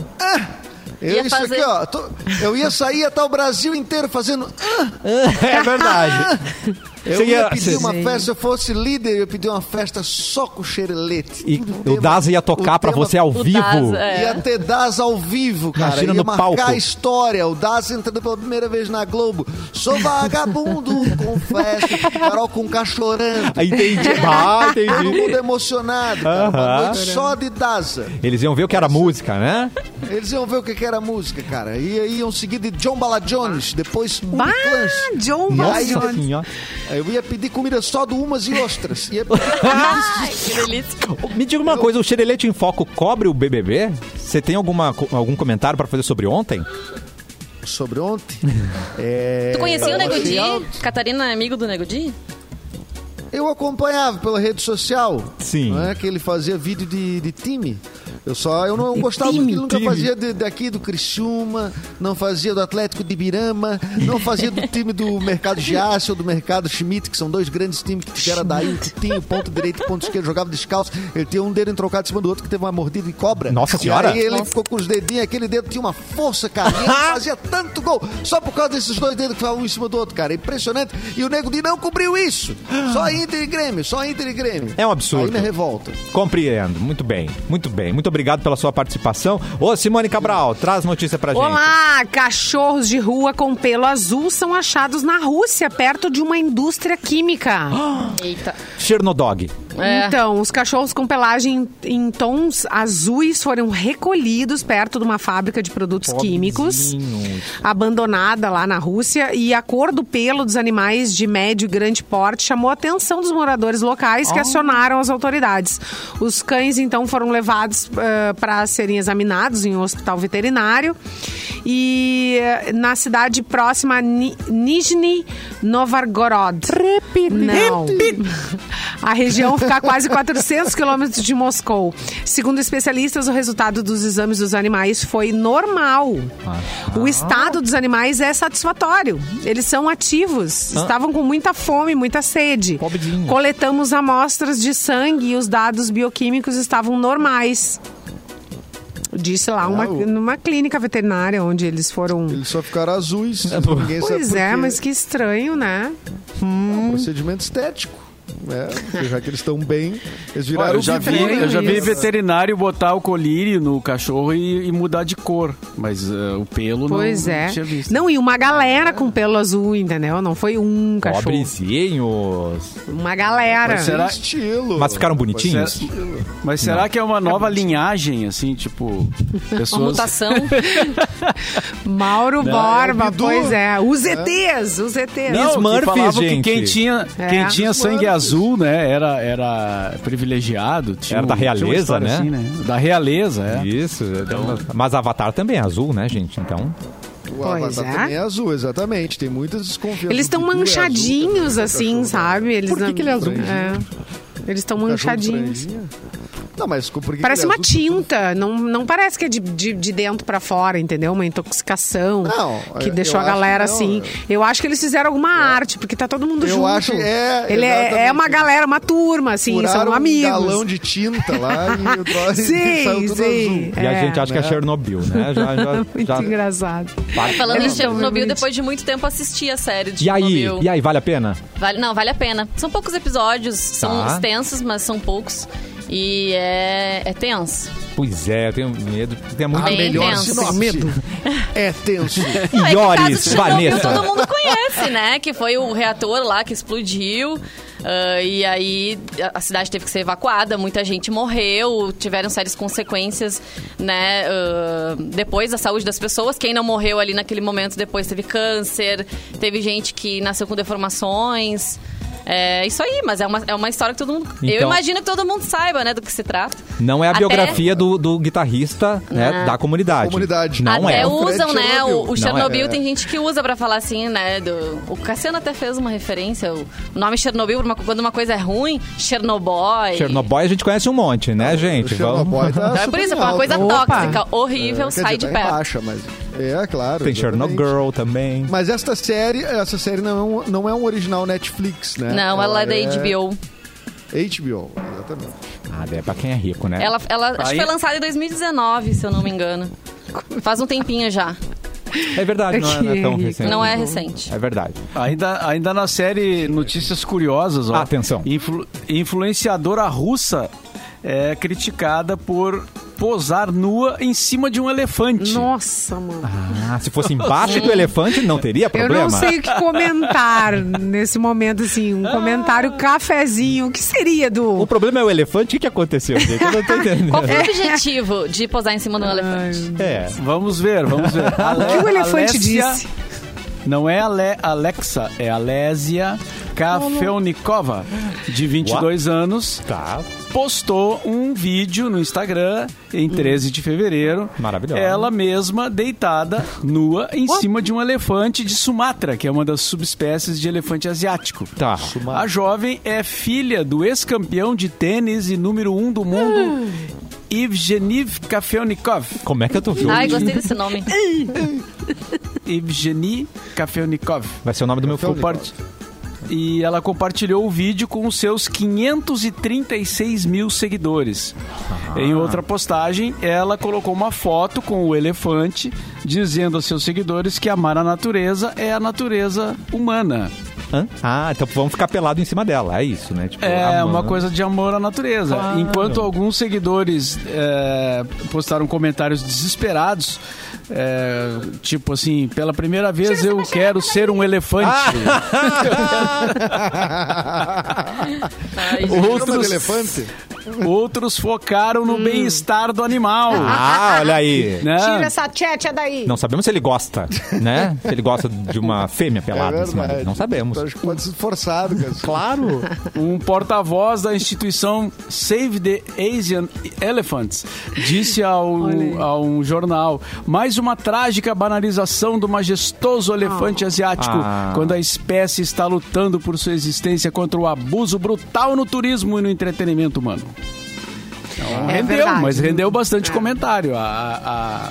Speaker 3: Eu,
Speaker 5: Ia
Speaker 3: isso
Speaker 5: fazer-
Speaker 3: aqui, ó. tô- eu ia sair, ia estar o Brasil inteiro fazendo. "Ah,
Speaker 1: [LAUGHS] É verdade.
Speaker 3: [LAUGHS] Eu
Speaker 1: Você
Speaker 3: ia
Speaker 1: ia-
Speaker 3: pedir
Speaker 1: você-
Speaker 3: uma festa, se eu fosse líder, eu ia pedir uma festa só com xerelete.
Speaker 1: E
Speaker 3: Tudo
Speaker 1: o
Speaker 3: tema-
Speaker 1: Daza ia tocar
Speaker 3: o
Speaker 1: pra
Speaker 3: tema-
Speaker 1: você ao
Speaker 5: O
Speaker 1: vivo.
Speaker 5: Daza, é.
Speaker 3: Ia ter Daz ao vivo, cara.
Speaker 1: Imagina
Speaker 3: ia
Speaker 1: no
Speaker 3: marcar
Speaker 1: palco.
Speaker 3: a história. O Daz entrando pela primeira vez na Globo.
Speaker 1: [LAUGHS]
Speaker 3: Sou vagabundo, confesso. Carol com um chorando.
Speaker 1: Ah,
Speaker 3: [LAUGHS]
Speaker 1: Entendi. Ah,
Speaker 3: Todo mundo
Speaker 1: entendi.
Speaker 3: emocionado, cara. Uma
Speaker 1: Aham.
Speaker 3: noite só de Daza.
Speaker 1: Eles iam ver o que era música, né?
Speaker 3: Eles iam ver o que que era a música, cara. E aí iam seguir de John Bala Jones, depois
Speaker 2: Bah,
Speaker 3: Uniclans.
Speaker 2: John
Speaker 3: Nossa
Speaker 2: Bajor.
Speaker 1: Nossa senhora.
Speaker 3: Eu ia pedir comida só do umas e ostras. Ia
Speaker 1: Ah,
Speaker 5: Ai,
Speaker 3: pedir
Speaker 5: que delícia.
Speaker 1: Me diga uma coisa, o Xerelete em Foco cobre o BBB? Você tem alguma, co- algum comentário pra fazer sobre ontem?
Speaker 3: sobre ontem. É,
Speaker 5: Tu conhecia o Nego
Speaker 3: achei
Speaker 5: Di?
Speaker 3: alto.
Speaker 5: Catarina é amigo do Nego Di?
Speaker 3: Eu acompanhava pela rede social.
Speaker 1: Sim.
Speaker 3: Não é que ele fazia vídeo de, de time. Eu só eu não gostava
Speaker 1: time,
Speaker 3: porque ele nunca
Speaker 1: time.
Speaker 3: fazia de- daqui do Criciúma, não fazia do Atlético de Birama, não fazia do time do Mercado Giasse ou do Mercado Schmidt, que são dois grandes times que tiveram daí o Titinho, ponto direito e ponto esquerdo, jogava descalço. Ele tinha um dedo entrocado em cima do outro que teve uma mordida de cobra.
Speaker 1: Nossa
Speaker 3: E
Speaker 1: Senhora!
Speaker 3: aí ele ficou com os dedinhos, aquele dedo tinha uma força, cara. E ele fazia tanto gol só por causa desses dois dedos que estavam um em cima do outro, cara. Impressionante. E o Nego Di não cobriu isso. Só Inter e Grêmio, só Inter e Grêmio.
Speaker 1: É um absurdo.
Speaker 3: Aí na revolta.
Speaker 1: Compreendo. Muito bem, muito bem. Muito obrigado pela sua participação. Ô, Simone Cabral, traz notícia pra gente.
Speaker 2: Olá, cachorros de rua com pelo azul são achados na Rússia, perto de uma indústria química.
Speaker 5: Eita.
Speaker 1: Chernodog.
Speaker 5: É.
Speaker 2: Então, os cachorros com pelagem em tons azuis foram recolhidos perto de uma fábrica de produtos químicos abandonada lá na Rússia e a cor do pelo dos animais de médio e grande porte chamou a atenção dos moradores locais que acionaram as autoridades. Os cães então foram levados para serem examinados em um hospital veterinário e eh, na cidade próxima a Ni- Nizhny Novgorod. Não. A região fica a quase 400 quilômetros de Moscou. Segundo especialistas, o resultado dos exames dos animais foi normal. O estado dos animais é satisfatório. Eles são ativos. Estavam com muita fome, muita sede.
Speaker 1: Pobrezinho.
Speaker 2: Coletamos amostras de sangue e os dados bioquímicos estavam normais. Disse lá uma,
Speaker 3: o-
Speaker 2: numa clínica veterinária onde eles foram.
Speaker 3: Eles só ficaram azuis. Ninguém
Speaker 2: Pois
Speaker 3: sabe
Speaker 2: é,
Speaker 3: por quê.
Speaker 2: mas que estranho, né?
Speaker 3: Um procedimento estético. né? Porque já que eles estão bem, eles viraram
Speaker 4: eu já vi,
Speaker 3: vidro, né?
Speaker 4: eu já vi
Speaker 2: isso.
Speaker 4: veterinário botar o colírio no cachorro e, e mudar de cor, mas eh, o pelo
Speaker 2: Pois
Speaker 4: não,
Speaker 2: é.
Speaker 4: não tinha visto.
Speaker 2: Não, e uma galera com pelo azul, entendeu? Não foi um cachorro.
Speaker 1: Pobrezinhos.
Speaker 2: Uma galera.
Speaker 4: Mas será-
Speaker 3: Tem estilo.
Speaker 1: Mas ficaram bonitinhos?
Speaker 4: Será- mas será que é uma nova linhagem, assim,
Speaker 2: [LAUGHS]
Speaker 4: tipo,
Speaker 5: Uma
Speaker 4: pessoas...
Speaker 5: mutação.
Speaker 2: Mauro
Speaker 3: é o
Speaker 2: Borba,
Speaker 3: Bidu.
Speaker 2: pois é. Os ETs, os ETs.
Speaker 1: Não,
Speaker 4: que
Speaker 1: Smurfs,
Speaker 4: falavam
Speaker 1: gente.
Speaker 4: que quem tinha,
Speaker 2: É.
Speaker 4: quem tinha sangue
Speaker 3: Smurfs.
Speaker 4: azul, né, era, era privilegiado. Tinha
Speaker 1: Era da
Speaker 4: um- tinha uma
Speaker 1: realeza,
Speaker 4: história
Speaker 1: né?
Speaker 4: Da realeza, é.
Speaker 1: Isso. Então. Mas Avatar também é azul, né, gente? Então.
Speaker 3: O
Speaker 2: Pois
Speaker 3: Avatar
Speaker 2: é.
Speaker 3: também é azul, exatamente. Tem muitas desconfianças.
Speaker 2: Eles estão
Speaker 3: do que é azul, tem
Speaker 2: manchadinhos,
Speaker 3: cachorro,
Speaker 2: assim,
Speaker 3: né?
Speaker 2: sabe? Eles
Speaker 1: Por que
Speaker 2: não-
Speaker 1: que ele é azul?
Speaker 2: É. Eles estão
Speaker 3: Cachorro de
Speaker 2: manchadinhos.
Speaker 3: franjinha. Não, mas por que que
Speaker 2: Parece
Speaker 3: ele é
Speaker 2: uma
Speaker 3: azul?
Speaker 2: tinta, não, não parece que é de, de, de dentro pra fora, entendeu? Uma intoxicação
Speaker 3: Não, é,
Speaker 2: que
Speaker 3: eu
Speaker 2: deixou a
Speaker 3: acho que
Speaker 2: galera
Speaker 3: não, é.
Speaker 2: assim. Eu acho que eles fizeram alguma arte, porque tá todo mundo
Speaker 3: Eu
Speaker 2: junto.
Speaker 3: acho- é,
Speaker 2: Ele é, é
Speaker 3: exatamente.
Speaker 2: uma galera, uma turma, assim,
Speaker 3: Furaram
Speaker 2: são
Speaker 3: um galão
Speaker 2: amigos.
Speaker 3: de tinta lá e
Speaker 2: [LAUGHS]
Speaker 3: o troço [LAUGHS]
Speaker 2: Sim,
Speaker 3: saiu tudo
Speaker 2: sim.
Speaker 3: azul.
Speaker 1: E a
Speaker 2: É,
Speaker 1: gente acha que é
Speaker 3: né?
Speaker 1: Chernobyl, né? [LAUGHS] Já, já,
Speaker 2: Muito
Speaker 1: já-
Speaker 2: engraçado.
Speaker 5: Tá Falando
Speaker 2: Eles
Speaker 5: de
Speaker 2: são bem
Speaker 5: Chernobyl,
Speaker 2: bonitos.
Speaker 5: depois de muito tempo assisti a série de
Speaker 1: E aí?
Speaker 5: Chernobyl.
Speaker 1: E aí, vale a pena?
Speaker 5: Vale, não, vale a pena. São poucos episódios, são
Speaker 1: Tá.
Speaker 5: extensos, mas são poucos. E é, é tenso.
Speaker 1: Pois é, eu tenho medo. Tem muito
Speaker 3: A
Speaker 5: Bem
Speaker 3: melhor
Speaker 5: tenso.
Speaker 3: sinopse.
Speaker 2: É Medo.
Speaker 3: É
Speaker 5: [LAUGHS]
Speaker 3: tenso.
Speaker 5: Não, é que o caso de
Speaker 1: Iores,
Speaker 5: Chernobyl Todo
Speaker 1: Vanessa.
Speaker 5: mundo conhece, né? Que foi o reator lá que explodiu. ah, e aí a- a cidade teve que ser evacuada, muita gente morreu, tiveram sérias consequências, né? ah, depois da saúde das pessoas. Quem não morreu ali naquele momento depois teve câncer, teve gente que nasceu com deformações. É isso aí, mas é uma, é uma história que todo mundo. Eu
Speaker 1: Então-
Speaker 5: imagino que todo mundo saiba, né, do que se trata.
Speaker 1: Não é a
Speaker 5: Até-
Speaker 1: biografia do, do guitarrista né,
Speaker 5: Não.
Speaker 1: da comunidade.
Speaker 3: Comunidade.
Speaker 1: Não
Speaker 5: até
Speaker 1: é.
Speaker 3: o-
Speaker 5: usam,
Speaker 3: Fred
Speaker 5: né?
Speaker 3: Chernobyl.
Speaker 5: O, o
Speaker 1: Não é.
Speaker 5: Chernobyl tem gente que usa pra falar assim, né? do- o Cassiano até fez uma referência. O nome Chernobyl, pra uma- quando uma coisa é ruim, Chernobyl.
Speaker 1: Chernobyl a gente conhece um monte, né, gente? Vamos-
Speaker 3: Chernobyl tá
Speaker 5: Então é por
Speaker 3: super
Speaker 5: isso, é uma
Speaker 3: alto.
Speaker 5: coisa
Speaker 2: Opa.
Speaker 5: tóxica, horrível,
Speaker 3: É, quer
Speaker 5: sai de
Speaker 3: dizer, tá em
Speaker 5: perto.
Speaker 3: baixa, mas é claro.
Speaker 1: Tem
Speaker 3: exatamente.
Speaker 1: Chernobyl também.
Speaker 3: Mas esta série, essa série não é um, não é um original Netflix, né?
Speaker 5: Não, ela é da HBO.
Speaker 3: HBO, exatamente.
Speaker 1: Ah, é pra quem é rico, né?
Speaker 5: Ela, ela acho que
Speaker 4: Aí-
Speaker 5: foi lançada em 2019, se eu não me engano. Faz um tempinho já.
Speaker 1: É verdade, não é, não é tão
Speaker 5: [LAUGHS]
Speaker 1: recente.
Speaker 5: Não é recente.
Speaker 1: É verdade.
Speaker 4: Ainda, ainda na série Notícias Curiosas, ó.
Speaker 1: Atenção.
Speaker 4: Influ- influenciadora russa é criticada por posar nua em cima de um elefante.
Speaker 2: Nossa, mano.
Speaker 1: Ah, se
Speaker 5: [LAUGHS]
Speaker 1: fosse embaixo do elefante, não teria
Speaker 2: Eu
Speaker 1: problema.
Speaker 2: não sei o que
Speaker 1: [LAUGHS]
Speaker 2: comentar nesse momento, assim. Um
Speaker 1: Ah.
Speaker 2: comentário cafezinho. O que seria
Speaker 1: O
Speaker 2: do.
Speaker 1: problema é o elefante. O que, que aconteceu, gente? Eu
Speaker 5: [LAUGHS]
Speaker 1: não tô
Speaker 5: Qual foi
Speaker 1: entendendo.
Speaker 5: o objetivo de posar em cima de um elefante?
Speaker 1: É.
Speaker 4: Vamos ver, vamos ver. Ale-
Speaker 2: [LAUGHS] O que o elefante
Speaker 4: Alessia-
Speaker 2: disse?
Speaker 4: Não é Ale Alexa, é Alésia Kafelnikova, de 22 anos,
Speaker 1: Tá.
Speaker 4: postou um vídeo no Instagram em 13 de fevereiro.
Speaker 1: Hum. Maravilhosa.
Speaker 4: Ela mesma deitada, nua, em cima de um elefante de Sumatra, que é uma das subespécies de elefante asiático.
Speaker 1: Tá.
Speaker 4: A jovem é filha do ex-campeão de tênis e número um do mundo,
Speaker 1: Ah.
Speaker 4: Evgeny Kafelnikov.
Speaker 1: Como é que eu tô vendo?
Speaker 5: Ai, gostei desse
Speaker 3: [LAUGHS]
Speaker 5: nome.
Speaker 4: Evgeny Kafelnikov.
Speaker 1: Vai ser o nome do meu filho.
Speaker 4: Compart- E ela compartilhou o vídeo com os seus 536 mil seguidores. Em outra postagem, ela colocou uma foto com o elefante, dizendo a seus seguidores que amar a natureza é a natureza humana.
Speaker 1: Hã? Ah, então vamos ficar pelado em cima dela. É isso, né? Tipo,
Speaker 4: É
Speaker 1: amando.
Speaker 4: uma
Speaker 1: [LAUGHS]
Speaker 4: coisa de amor à natureza.
Speaker 1: Claro.
Speaker 4: Enquanto alguns seguidores é, postaram comentários desesperados, é, tipo assim, pela primeira vez eu quero ser um elefante.
Speaker 1: Ah!
Speaker 5: Ai, gente.
Speaker 3: Chama de
Speaker 4: Outros,
Speaker 3: elefante?
Speaker 4: outros focaram no bem-estar do animal.
Speaker 1: Ah, olha aí.
Speaker 4: né?
Speaker 2: Tira essa tchetcha daí.
Speaker 1: Não sabemos se ele gosta, né? Se ele gosta de uma fêmea pelada
Speaker 3: é
Speaker 1: em cima dele.
Speaker 3: verdade.
Speaker 1: Não sabemos.
Speaker 3: Então, acho que pode ser forçado, cara.
Speaker 1: Claro.
Speaker 4: [LAUGHS] Um porta-voz da instituição Save the Asian Elephants disse ao, a um jornal: mais uma trágica banalização do majestoso
Speaker 2: Oh.
Speaker 4: elefante asiático,
Speaker 1: Ah.
Speaker 4: quando a espécie está lutando por sua existência contra o abuso brutal no turismo e no entretenimento humano. Então,
Speaker 2: É
Speaker 4: rendeu,
Speaker 2: verdade. É.
Speaker 4: mas rendeu bastante comentário. A- a-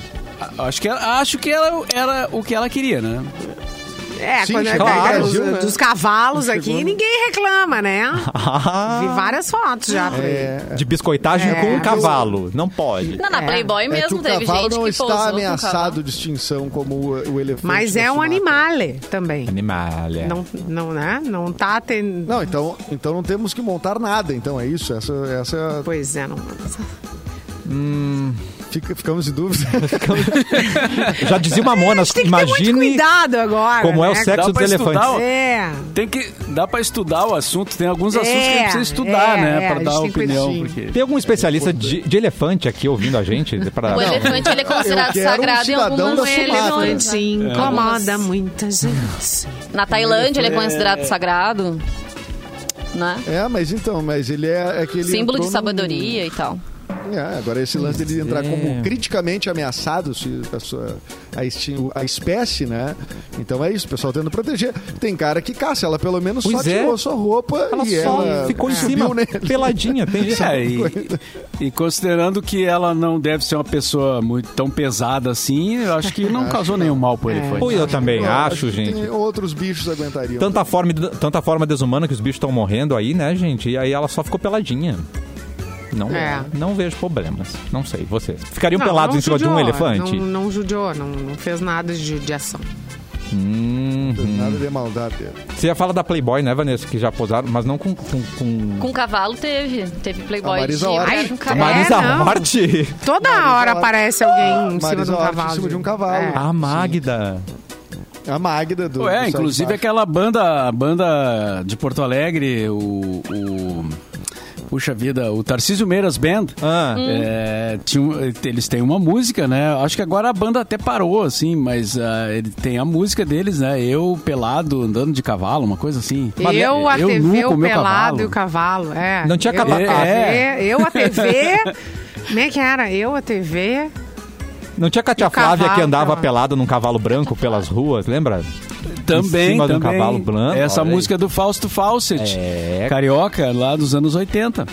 Speaker 4: a- acho que, ela- acho que ela, era o que ela queria, né?
Speaker 2: É,
Speaker 3: Sim,
Speaker 2: quando é,
Speaker 3: claro,
Speaker 2: é,
Speaker 3: Brasil,
Speaker 2: dos,
Speaker 3: né?
Speaker 2: dos cavalos aqui,
Speaker 3: Chegou.
Speaker 2: ninguém reclama, né? Vi
Speaker 1: né? Ah,
Speaker 2: várias fotos já. por aí.
Speaker 3: É,
Speaker 1: [LAUGHS] de biscoitagem
Speaker 2: Tá É.
Speaker 1: com um cavalo. Não pode.
Speaker 5: Não, na
Speaker 2: É.
Speaker 5: Playboy
Speaker 3: é que
Speaker 5: mesmo
Speaker 3: o
Speaker 5: teve
Speaker 3: cavalo
Speaker 5: gente
Speaker 3: não
Speaker 5: que posou com
Speaker 3: está
Speaker 5: o cavalo.
Speaker 3: ameaçado de extinção como o, o elefante.
Speaker 1: tipo
Speaker 2: Mas é
Speaker 1: assim,
Speaker 3: da
Speaker 2: um
Speaker 3: Sumatra.
Speaker 2: animale também.
Speaker 1: Animalha.
Speaker 2: Não, não, né? Não tá tendo.
Speaker 3: Não, então, então não temos que montar nada. Então é isso. Essa, essa
Speaker 2: Pois é, não.
Speaker 3: fica- ficamos em dúvida. [LAUGHS]
Speaker 1: Já dizia uma mona,
Speaker 2: Tem que ter muito
Speaker 1: imagine
Speaker 2: cuidado agora.
Speaker 1: como é o
Speaker 2: né?
Speaker 1: sexo
Speaker 4: Dá
Speaker 1: dos
Speaker 4: pra estudar
Speaker 1: elefantes.
Speaker 4: o-
Speaker 2: É.
Speaker 4: Tem que. Dá pra estudar o assunto, tem alguns assuntos que a gente precisa estudar,
Speaker 2: é,
Speaker 4: né?
Speaker 2: é, a
Speaker 4: pra
Speaker 2: gente
Speaker 4: dar
Speaker 2: tem que
Speaker 4: opinião.
Speaker 2: conhecer.
Speaker 4: Porque...
Speaker 1: Tem algum especialista de, de elefante aqui ouvindo a gente? Pra...
Speaker 5: O elefante ele é
Speaker 3: Eu
Speaker 5: considerado
Speaker 3: quero um
Speaker 5: sagrado em
Speaker 3: cidadão
Speaker 5: algumas
Speaker 3: da Sumatra.
Speaker 2: é
Speaker 5: religiões. né?
Speaker 2: Sim,
Speaker 1: É.
Speaker 2: incomoda muita gente.
Speaker 5: Na Tailândia ele é considerado sagrado. né?
Speaker 3: É, mas então, mas ele é, é que ele
Speaker 5: Símbolo
Speaker 3: entrou
Speaker 5: de
Speaker 3: num-
Speaker 5: sabedoria e tal.
Speaker 3: É, agora esse lance dele entrar
Speaker 1: é.
Speaker 3: como criticamente ameaçado, se a, sua, a, esti- a espécie, né? Então é isso, o pessoal tentando proteger. Tem cara que caça, ela pelo menos
Speaker 1: Pois
Speaker 3: só
Speaker 1: é.
Speaker 3: tirou sua roupa
Speaker 1: Ela
Speaker 3: e
Speaker 1: só
Speaker 3: ela
Speaker 1: ficou em
Speaker 3: subiu
Speaker 1: cima,
Speaker 3: nele.
Speaker 1: peladinha. Tem gente.
Speaker 4: É, e, e considerando que ela não deve ser uma pessoa muito tão pesada assim, [LAUGHS] eu acho que não causou nenhum mal pro
Speaker 2: É.
Speaker 4: elefante.
Speaker 1: Pô, eu também
Speaker 3: Eu
Speaker 1: acho,
Speaker 3: que
Speaker 1: gente.
Speaker 3: Tem outros bichos aguentariam.
Speaker 1: Tanta forma, tanta forma desumana que os bichos estão morrendo aí, né, gente? E aí ela só ficou peladinha. Não,
Speaker 2: É.
Speaker 1: não vejo problemas. Não sei, vocês. Ficariam
Speaker 2: Não,
Speaker 1: pelados
Speaker 2: não
Speaker 1: em cima de um
Speaker 2: judiou,
Speaker 1: elefante?
Speaker 2: Não, não judiou, não, não fez nada de judiação.
Speaker 1: Hum.
Speaker 3: Nada de maldade dele.
Speaker 1: Você ia falar da Playboy, né, Vanessa? Que já posaram, mas não com. com, com...
Speaker 5: Com cavalo teve. Teve
Speaker 3: A
Speaker 5: Playboy de
Speaker 3: Marisa Hort.
Speaker 5: mulher com
Speaker 2: Ai,
Speaker 1: A
Speaker 5: cavalo.
Speaker 1: Marisa
Speaker 2: É, não.
Speaker 1: Morte?
Speaker 2: Toda
Speaker 3: Marisa
Speaker 2: hora
Speaker 3: Hort.
Speaker 2: aparece alguém em
Speaker 3: Marisa
Speaker 2: cima de um
Speaker 3: Hort em
Speaker 2: cavalo.
Speaker 3: cima de um cavalo.
Speaker 2: É.
Speaker 1: A Magda.
Speaker 3: A Magda do. do
Speaker 4: É,
Speaker 3: Sai
Speaker 4: inclusive
Speaker 3: de
Speaker 4: aquela banda, a banda de Porto Alegre, o, o- Puxa vida, o Tarcísio Meiras Band.
Speaker 1: Ah.
Speaker 4: É, tinha um- eles têm uma música, né? Acho que agora a banda até parou, assim, mas ah, ele tem a música deles, né? Eu pelado andando de cavalo, uma coisa assim. Mas, né,
Speaker 2: Eu, a
Speaker 4: nu
Speaker 2: TV,
Speaker 4: com
Speaker 2: o
Speaker 4: meu
Speaker 2: pelado
Speaker 4: cavalo.
Speaker 2: e o cavalo. É.
Speaker 1: Não tinha
Speaker 2: eu, a
Speaker 1: cavalo.
Speaker 4: É.
Speaker 2: TV, eu, a
Speaker 1: [LAUGHS]
Speaker 2: TV. Como é que era? Eu, a TV.
Speaker 1: Não tinha Katia
Speaker 2: E o cavalo,
Speaker 1: Flávia que andava
Speaker 2: cavalo.
Speaker 1: pelada num cavalo branco pelas ruas, lembra?
Speaker 4: Também,
Speaker 1: Em cima de um
Speaker 4: também.
Speaker 1: cavalo branco,
Speaker 4: Essa
Speaker 1: olha aí.
Speaker 4: música é do Fausto Fawcett,
Speaker 1: É.
Speaker 4: carioca, lá dos anos 80.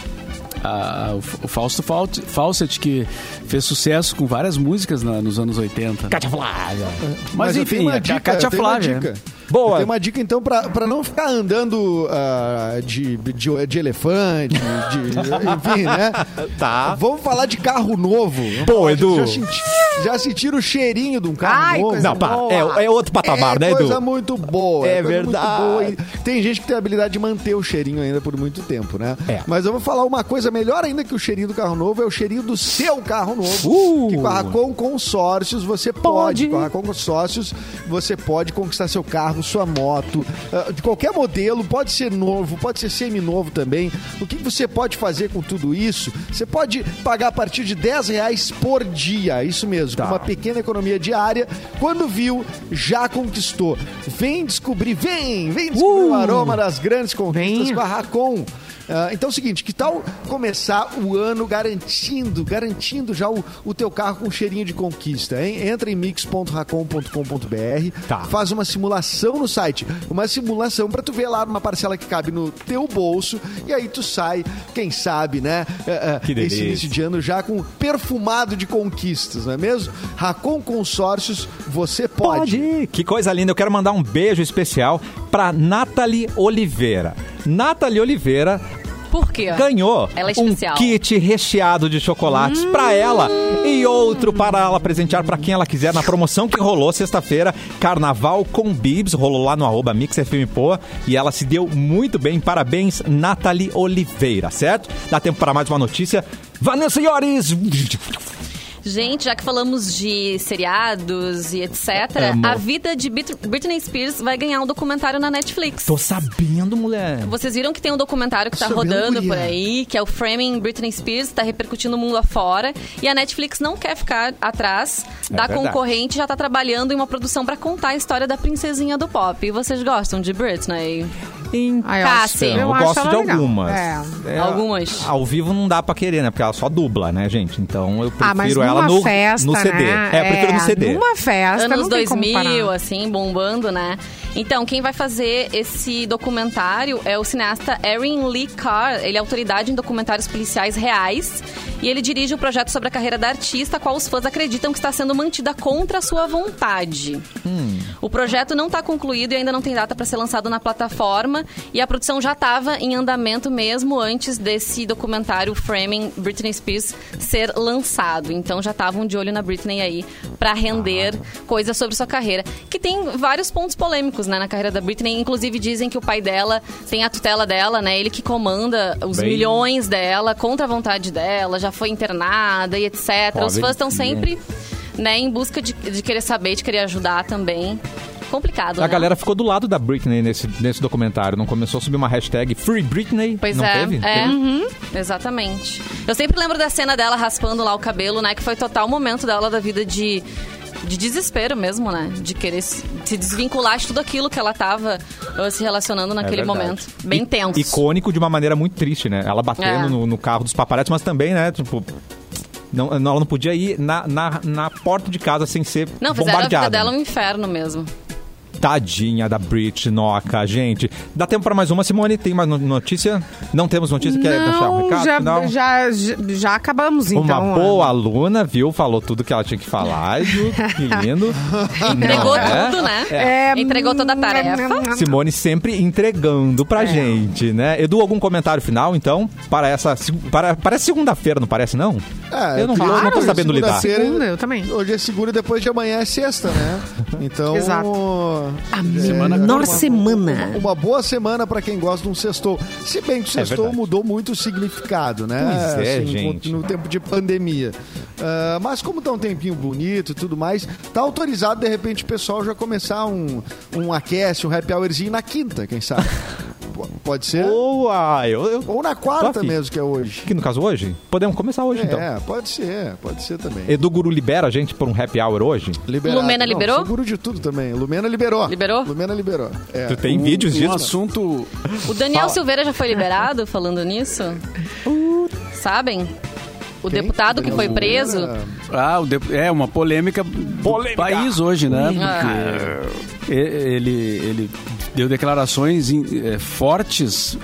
Speaker 4: Ah, o F- o Fausto Fawcett- Fawcett, que fez sucesso com várias músicas na- nos anos 80.
Speaker 1: Katia Flávia.
Speaker 4: Mas,
Speaker 3: eu tenho
Speaker 4: enfim, é
Speaker 3: uma
Speaker 4: a,
Speaker 3: dica,
Speaker 4: a Cátia
Speaker 3: eu tenho uma
Speaker 4: Flávia.
Speaker 3: dica.
Speaker 1: Boa.
Speaker 3: Tem uma dica, então, pra, pra não ficar andando ah, de, de, de elefante, de, enfim, né?
Speaker 1: [LAUGHS] Tá.
Speaker 3: Vamos falar de carro novo. Vamos
Speaker 1: Pô,
Speaker 3: falar de-
Speaker 1: Edu.
Speaker 3: Já, senti, já sentiram o cheirinho de um carro
Speaker 2: Ai,
Speaker 3: novo?
Speaker 2: coisa
Speaker 1: Não, pá,
Speaker 2: Boa.
Speaker 1: é, é outro patamar,
Speaker 3: é
Speaker 1: né, Edu?
Speaker 3: coisa muito boa.
Speaker 1: É
Speaker 3: coisa muito
Speaker 1: verdade.
Speaker 3: boa e tem gente que tem a habilidade de manter o cheirinho ainda por muito tempo, né?
Speaker 1: É.
Speaker 3: Mas eu vou falar uma coisa melhor ainda que o cheirinho do carro novo é o cheirinho do seu carro novo.
Speaker 1: Uh!
Speaker 3: Que com a Racon Consórcios você
Speaker 1: Pode.
Speaker 3: pode. Com a Racon Consórcios você pode conquistar seu carro, sua moto, ah, de qualquer modelo, pode ser novo, pode ser semi-novo também. O que que você pode fazer com tudo isso? Você pode pagar a partir de 10 reais por dia, isso mesmo, com uma pequena economia diária. Quando viu, já conquistou. Vem descobrir, vem, vem descobrir o aroma das grandes conquistas
Speaker 2: Venha.
Speaker 3: com a Racon. Ah, então é o seguinte, que tal começar o ano garantindo, garantindo já o, o teu carro com cheirinho de conquista, hein? Entra em mix.racon.com.br,
Speaker 1: Tá.
Speaker 3: faz uma simulação no site, uma simulação pra tu ver lá uma parcela que cabe no teu bolso e aí tu sai, quem sabe, né? eh, eh,
Speaker 1: Que delícia.
Speaker 3: esse início de ano já com perfumado de conquistas, não é mesmo? Racon Consórcios, você pode.
Speaker 1: Que coisa linda. Eu quero mandar um beijo especial pra Nathalie Oliveira. Nathalie Oliveira
Speaker 5: Por quê?
Speaker 1: ganhou
Speaker 5: Ela é
Speaker 1: um
Speaker 5: especial.
Speaker 1: kit recheado de chocolates pra ela e outro para ela presentear pra quem ela quiser na promoção que rolou sexta-feira, Carnaval com Bibs, rolou lá no arroba Mix FM Poa e ela se deu muito bem. Parabéns, Nathalie Oliveira, certo? Dá tempo para mais uma notícia. Vanessa Iores!
Speaker 5: Gente, já que falamos de seriados e etc.,
Speaker 1: Amo.
Speaker 5: a vida de Bit- Britney Spears vai ganhar um documentário na Netflix.
Speaker 1: Tô sabendo, mulher.
Speaker 5: Vocês viram que tem um documentário que tá
Speaker 3: Sobre
Speaker 5: rodando
Speaker 3: guria.
Speaker 5: por aí, que é o Framing Britney Spears, tá repercutindo o mundo afora. E a Netflix não quer ficar atrás
Speaker 1: É
Speaker 5: da
Speaker 1: verdade.
Speaker 5: concorrente, já tá trabalhando em uma produção pra contar a história da princesinha do pop. E vocês gostam de Britney?
Speaker 2: Ai,
Speaker 5: Tá,
Speaker 2: acho-
Speaker 5: sim.
Speaker 1: Então, eu,
Speaker 2: acho
Speaker 1: gosto
Speaker 2: ela
Speaker 1: de
Speaker 2: legal.
Speaker 1: algumas.
Speaker 2: É.
Speaker 1: É,
Speaker 5: Algumas.
Speaker 1: Ao vivo não dá pra querer, né? Porque ela só dubla, né, gente? Então eu
Speaker 2: Ah, mas
Speaker 1: prefiro ela
Speaker 2: numa
Speaker 1: no,
Speaker 2: festa,
Speaker 1: no CD.
Speaker 2: né?
Speaker 1: É, eu prefiro no CD.
Speaker 2: Numa festa,
Speaker 5: Anos
Speaker 2: não tem como
Speaker 5: 2000,
Speaker 2: parar.
Speaker 5: assim, bombando, né? Então, quem vai fazer esse documentário é o cineasta Erin Lee Carr. Ele é autoridade em documentários policiais reais. E ele dirige o projeto sobre a carreira da artista, a qual os fãs acreditam que está sendo mantida contra a sua vontade. O projeto não está concluído e ainda não tem data para ser lançado na plataforma. E a produção já estava em andamento mesmo antes desse documentário Framing Britney Spears ser lançado. Então já estavam de olho na Britney aí para render coisas sobre sua carreira. Que tem vários pontos polêmicos né, na carreira da Britney. Inclusive dizem que o pai dela tem a tutela dela, né? Ele que comanda os
Speaker 1: Bem-
Speaker 5: milhões dela, contra a vontade dela, já foi internada e etc. os
Speaker 1: Pobrezinha.
Speaker 5: fãs estão sempre né, em busca de, de querer saber, de querer ajudar também. Complicado,
Speaker 1: A
Speaker 5: né?
Speaker 1: galera ficou do lado da Britney nesse, nesse documentário. Não começou a subir uma hashtag Free Britney?
Speaker 5: Pois
Speaker 1: não
Speaker 5: é,
Speaker 1: teve?
Speaker 5: é.
Speaker 1: Teve?
Speaker 5: Uhum, exatamente. Eu sempre lembro da cena dela raspando lá o cabelo, né? Que foi total momento dela da vida de de desespero mesmo, né? De querer se se desvincular de tudo aquilo que ela tava ah, se relacionando naquele
Speaker 1: É verdade.
Speaker 5: momento. Bem
Speaker 1: I-
Speaker 5: tenso.
Speaker 1: Icônico de uma maneira muito triste, né? Ela batendo
Speaker 5: É.
Speaker 1: no, no carro dos paparazzi, mas também, né? Tipo. Não, não- ela não podia ir na, na, na porta de casa sem ser
Speaker 5: Não, fizeram a vida
Speaker 1: bombardeada.
Speaker 5: dela
Speaker 1: né?
Speaker 5: um inferno mesmo.
Speaker 1: Tadinha da Brit Noca, gente. Dá tempo pra mais uma, Simone? Tem mais no- notícia? Não temos notícia? Quer deixar um
Speaker 2: Não,
Speaker 1: recado?
Speaker 2: já,
Speaker 1: Não.
Speaker 2: já, já, já acabamos, então.
Speaker 1: Uma boa aluna, viu? Falou tudo que ela tinha que falar, Ju. Que lindo.
Speaker 5: [LAUGHS] Entregou
Speaker 1: Não é?
Speaker 5: tudo, né?
Speaker 2: É. Hum,
Speaker 5: Entregou toda a tarefa.
Speaker 2: Ah,
Speaker 1: Simone sempre entregando pra gente, né? Edu, algum comentário final, então, para essa. seg- Para, parece segunda-feira, não parece, não?
Speaker 3: É,
Speaker 1: eu não,
Speaker 3: claro,
Speaker 1: eu não tô sabendo lidar.
Speaker 3: segunda-feira-
Speaker 2: Segunda, eu também.
Speaker 3: Hoje é seguro e depois de amanhã é sexta,
Speaker 1: [LAUGHS]
Speaker 3: né? Então.
Speaker 2: Exato.
Speaker 3: A
Speaker 1: É,
Speaker 6: menor semana.
Speaker 3: Uma boa semana pra quem gosta de um sextou. Se bem que o
Speaker 1: É
Speaker 3: sextou
Speaker 1: verdade.
Speaker 3: mudou muito o significado, né?
Speaker 1: Pois é, gente.
Speaker 3: No tempo de pandemia. Ah, mas como tá um tempinho bonito e tudo mais, tá autorizado, de repente, o pessoal já começar um, um aquece, um happy hourzinho na quinta, quem
Speaker 1: [LAUGHS]
Speaker 3: sabe? P- Pode ser?
Speaker 1: Boa! Eu, eu-
Speaker 3: Ou na quarta
Speaker 1: Toque.
Speaker 3: mesmo, que é hoje.
Speaker 1: que no caso hoje? Podemos começar hoje, então.
Speaker 3: É, pode ser, pode ser também.
Speaker 1: Edu Guru libera a gente por um happy hour hoje?
Speaker 3: Liberado.
Speaker 5: Lumena
Speaker 3: Não,
Speaker 5: liberou?
Speaker 3: Seguro de tudo também. Lumena liberou.
Speaker 5: Liberou?
Speaker 3: Lumena liberou. É.
Speaker 1: Tu tem vídeos
Speaker 4: Um
Speaker 1: disso?
Speaker 4: assunto...
Speaker 5: O Daniel Silveira já foi liberado falando nisso?
Speaker 1: Uh.
Speaker 5: Sabem? O
Speaker 3: Quem?
Speaker 5: deputado que foi
Speaker 3: Lumena-
Speaker 5: preso.
Speaker 4: Ah, o de- é uma polêmica, do
Speaker 1: Polêmica.
Speaker 4: país hoje, né?
Speaker 5: Ah.
Speaker 4: Porque e- ele, ele deu declarações em- eh, fortes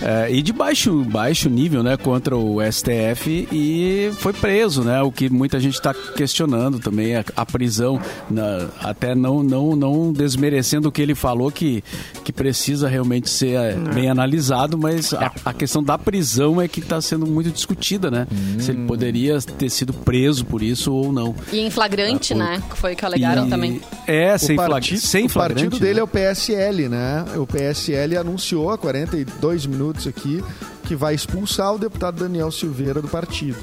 Speaker 4: eh, e de baixo, baixo nível, né? Contra o STF e foi preso, né? O que muita gente está questionando também, a, a prisão, na- até não, não, não desmerecendo o que ele falou, que, que precisa realmente ser eh,
Speaker 3: É.
Speaker 4: bem analisado, mas a, a questão da prisão é que está sendo muito discutida, né? Se
Speaker 3: Hum.
Speaker 4: ele poderia ter sido preso por isso ou não.
Speaker 5: E em flagrante,
Speaker 4: Ah, o-
Speaker 5: né? Que foi que alegaram
Speaker 4: E-
Speaker 5: também.
Speaker 4: É, sem, flag- sem
Speaker 3: o
Speaker 4: flagrante. né?
Speaker 3: partido dele é o PSL, né? O PSL anunciou há 42 minutos aqui que vai expulsar o deputado Daniel Silveira do partido.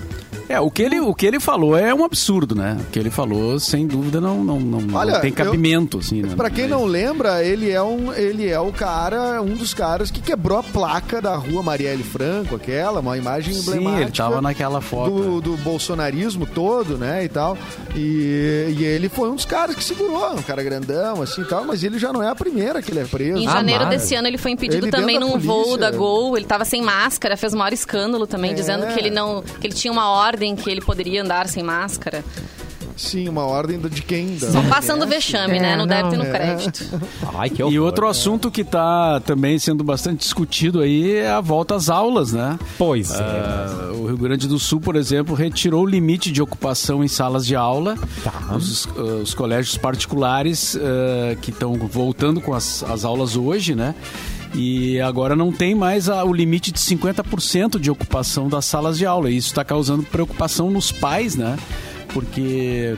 Speaker 4: É, o que ele, o que ele falou é um absurdo, né? O que ele falou, sem dúvida, não, não, não, não
Speaker 3: Olha,
Speaker 4: tem
Speaker 3: eu-
Speaker 4: cabimento, assim, né?
Speaker 3: Pra quem não lembra, ele é um ele é o cara, um dos caras que quebrou a placa da Rua Marielle Franco, aquela, uma imagem
Speaker 4: Sim,
Speaker 3: emblemática.
Speaker 4: ele tava naquela foto.
Speaker 3: do, do bolsonarismo todo, né, e tal. E, e ele foi um dos caras que segurou, um cara grandão, assim e tal, mas ele já não é a primeira que ele é preso.
Speaker 5: Em
Speaker 1: Ah,
Speaker 5: janeiro
Speaker 1: mara.
Speaker 5: desse ano ele foi impedido
Speaker 3: Ele
Speaker 5: também
Speaker 3: dentro
Speaker 5: num
Speaker 3: da
Speaker 5: voo
Speaker 3: polícia.
Speaker 5: da Gol. Ele tava sem máscara, fez o maior escândalo também,
Speaker 3: É.
Speaker 5: dizendo que ele não. que ele tinha uma ordem que ele poderia andar sem máscara.
Speaker 3: Ah, Sim, uma ordem do- de quem? então? Da-
Speaker 5: Só passando vexame, né?
Speaker 2: É,
Speaker 5: No débito e
Speaker 2: não.
Speaker 5: no crédito.
Speaker 3: É.
Speaker 1: Ai, que
Speaker 4: E
Speaker 1: horror. né?
Speaker 4: outro assunto que tá também sendo bastante discutido aí é a volta às aulas, né?
Speaker 1: Pois é.
Speaker 4: Ah, o Rio Grande do Sul, por exemplo, retirou o limite de ocupação em salas de aula.
Speaker 1: Tá.
Speaker 4: Os, ah, os colégios particulares ah, que estão voltando com as, as aulas hoje, né? E agora não tem mais a- o limite de 50% de ocupação das salas de aula. E isso está causando preocupação nos pais, né? Porque.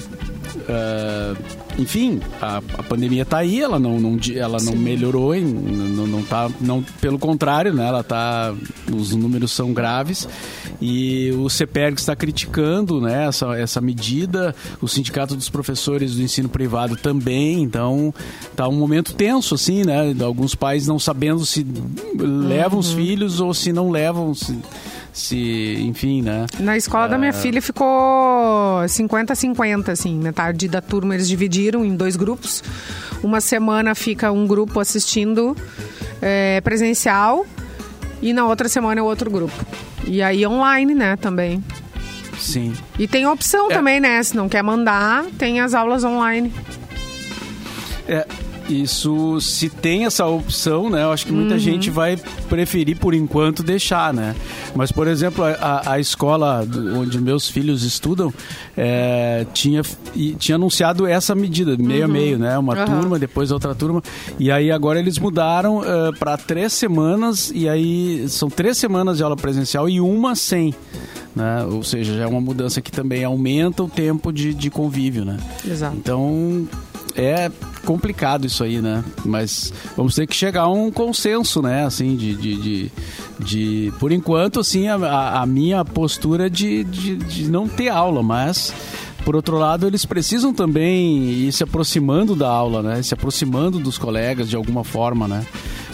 Speaker 4: ah, enfim, a, a pandemia está aí, ela não, não di- ela não melhorou, em- não, não tá, não, pelo contrário, né? Ela tá, os números são graves e o CPERG está criticando, né? Essa, essa medida, o sindicato dos professores do ensino privado também, então tá um momento tenso assim, né? Alguns pais não sabendo se levam os filhos ou se não levam, se, se enfim, né?
Speaker 2: Na escola da
Speaker 1: Ah.
Speaker 2: minha filha ficou 50-50, assim. Metade da turma eles dividiram em dois grupos. Uma semana fica um grupo assistindo é, presencial e na outra semana é outro grupo. E aí online, né, também.
Speaker 4: Sim.
Speaker 2: E tem opção
Speaker 4: É.
Speaker 2: também, né? Se não quer mandar, tem as aulas online.
Speaker 4: É, isso, se tem essa opção, né? Eu acho que muita gente vai preferir, por enquanto, deixar, né? Mas, por exemplo, a- a, a escola do- onde meus filhos estudam é, tinha, e tinha anunciado essa medida, meio a meio, né? Uma
Speaker 2: Aham.
Speaker 4: turma, depois outra turma. E aí agora eles mudaram para três semanas, e aí são três semanas de aula presencial e uma sem. Né? Ou seja, já é uma mudança que também aumenta o tempo de, de convívio, né?
Speaker 2: Exato.
Speaker 4: Então é complicado isso aí, né? Mas vamos ter que chegar a um consenso, né? Assim, de. de, de, de- por enquanto, assim, a- a, a minha postura é de, de, de não ter aula, mas. Por outro lado, eles precisam também ir se aproximando da aula, né? Se aproximando dos colegas de alguma forma, né?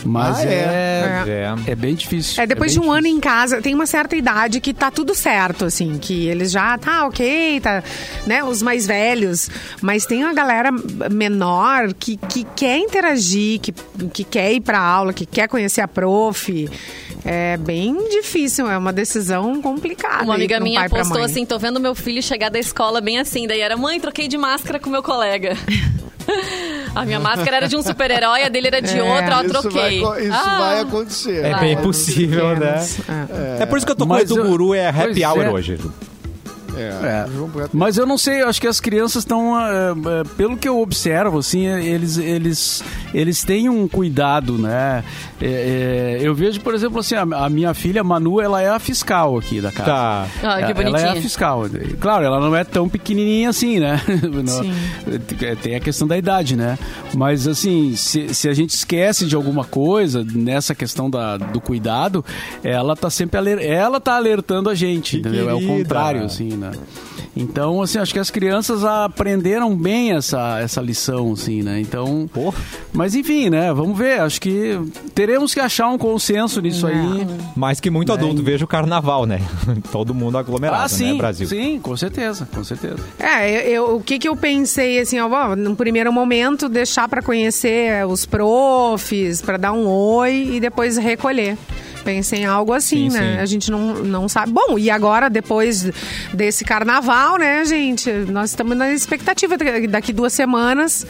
Speaker 4: Mas
Speaker 3: Ah,
Speaker 4: é,
Speaker 3: é?
Speaker 4: é.
Speaker 1: É.
Speaker 4: bem difícil.
Speaker 2: É depois
Speaker 4: bem
Speaker 2: de um ano
Speaker 4: difícil.
Speaker 2: em casa, tem uma certa idade que tá tudo certo, assim, que eles já tá ok, tá, né? Os mais velhos, mas tem uma galera menor que, que quer interagir, que, que quer ir pra aula, que quer conhecer a prof. É bem difícil, é uma decisão complicada.
Speaker 5: Uma
Speaker 2: aí
Speaker 5: amiga
Speaker 2: pra um
Speaker 5: minha
Speaker 2: pai, pra
Speaker 5: postou
Speaker 2: mãe.
Speaker 5: assim: tô vendo meu filho chegar da escola bem assim. Daí era, mãe, troquei de máscara com meu colega. [LAUGHS] a minha máscara era de um super-herói, a dele era de
Speaker 2: É.
Speaker 5: outra, ó,
Speaker 3: Isso, vai,
Speaker 5: troquei.
Speaker 3: co- isso
Speaker 5: Ah,
Speaker 3: vai acontecer.
Speaker 1: É
Speaker 3: né?
Speaker 1: bem
Speaker 3: Vai
Speaker 1: possível, né?
Speaker 2: Pequenos, é.
Speaker 1: É por isso que eu tô com
Speaker 4: Mas
Speaker 1: o do
Speaker 4: eu-
Speaker 1: guru, é
Speaker 4: Pois
Speaker 1: happy
Speaker 4: é.
Speaker 1: hour hoje.
Speaker 4: É.
Speaker 3: É. Vamos pro happy
Speaker 4: Mas eu não sei, eu acho que as crianças estão, ah, ah, pelo que eu observo, assim, eles, eles, eles têm um cuidado, né? É, é, eu vejo, por exemplo, assim, a, a minha filha Manu, ela é a fiscal aqui da casa.
Speaker 1: Tá.
Speaker 5: Ah, que
Speaker 4: É, ela é a
Speaker 5: bonitinha.
Speaker 4: fiscal. Claro, ela não é tão pequenininha assim, né? [LAUGHS] Não- é, Tem a questão da idade, né? Mas, assim, se, se a gente esquece de alguma coisa nessa questão da, do cuidado, ela tá sempre aler, ela tá alertando a
Speaker 1: Que
Speaker 4: gente, entendeu? É o
Speaker 1: querida.
Speaker 4: contrário, assim, né? Então, assim, acho que as crianças aprenderam bem essa, essa lição, assim, né? Então...
Speaker 1: Pô.
Speaker 4: Mas, enfim, né? Vamos ver. Acho que teremos que achar um consenso nisso aí.
Speaker 1: Mas que muito adulto veja o carnaval, né? [LAUGHS] Todo mundo aglomerado,
Speaker 4: Né? Ah, sim,
Speaker 1: né, Brasil?
Speaker 4: sim, com certeza, com certeza.
Speaker 2: É, eu, eu- o que que eu pensei, assim, ó, bom, no primeiro momento deixar pra conhecer é, os profs, pra dar um oi e depois recolher. Pensei em algo assim,
Speaker 1: Sim,
Speaker 2: né?
Speaker 1: sim.
Speaker 2: A gente não, não sabe. Bom, e agora, depois desse carnaval, né, gente? Nós estamos na expectativa daqui duas semanas.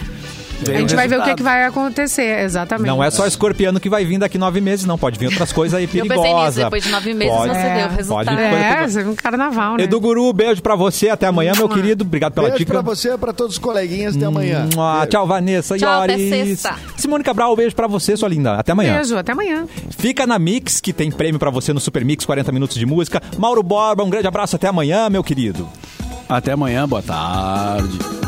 Speaker 4: Vem
Speaker 2: a gente
Speaker 4: o
Speaker 2: vai ver o que,
Speaker 4: resultado.
Speaker 2: que vai acontecer, exatamente.
Speaker 1: Não é só escorpiano que vai vir daqui nove meses, não. Pode vir outras coisas
Speaker 5: [LAUGHS]
Speaker 1: aí
Speaker 5: pensei nisso,
Speaker 1: perigosas.
Speaker 5: depois de nove meses
Speaker 1: pode,
Speaker 5: você deu o
Speaker 1: Pode
Speaker 5: resultado.
Speaker 2: É, você vê um carnaval, né?
Speaker 1: Edu Guru, beijo pra você. Até amanhã, meu querido. Obrigado pela
Speaker 3: Beijo
Speaker 1: dica. Hum.
Speaker 3: pra você, pra todos os coleguinhas. Até amanhã.
Speaker 1: Mua. tchau, Vanessa.
Speaker 5: Tchau, até
Speaker 1: Ioris.
Speaker 5: sexta.
Speaker 1: Simone Cabral, beijo pra você, sua linda. Até amanhã.
Speaker 2: né? Beijo, até amanhã.
Speaker 1: Fica na Mix, que tem prêmio pra você no Super Mix 40 minutos de música. Mauro Borba, um grande abraço. Até amanhã, meu querido.
Speaker 4: Até amanhã, boa tarde.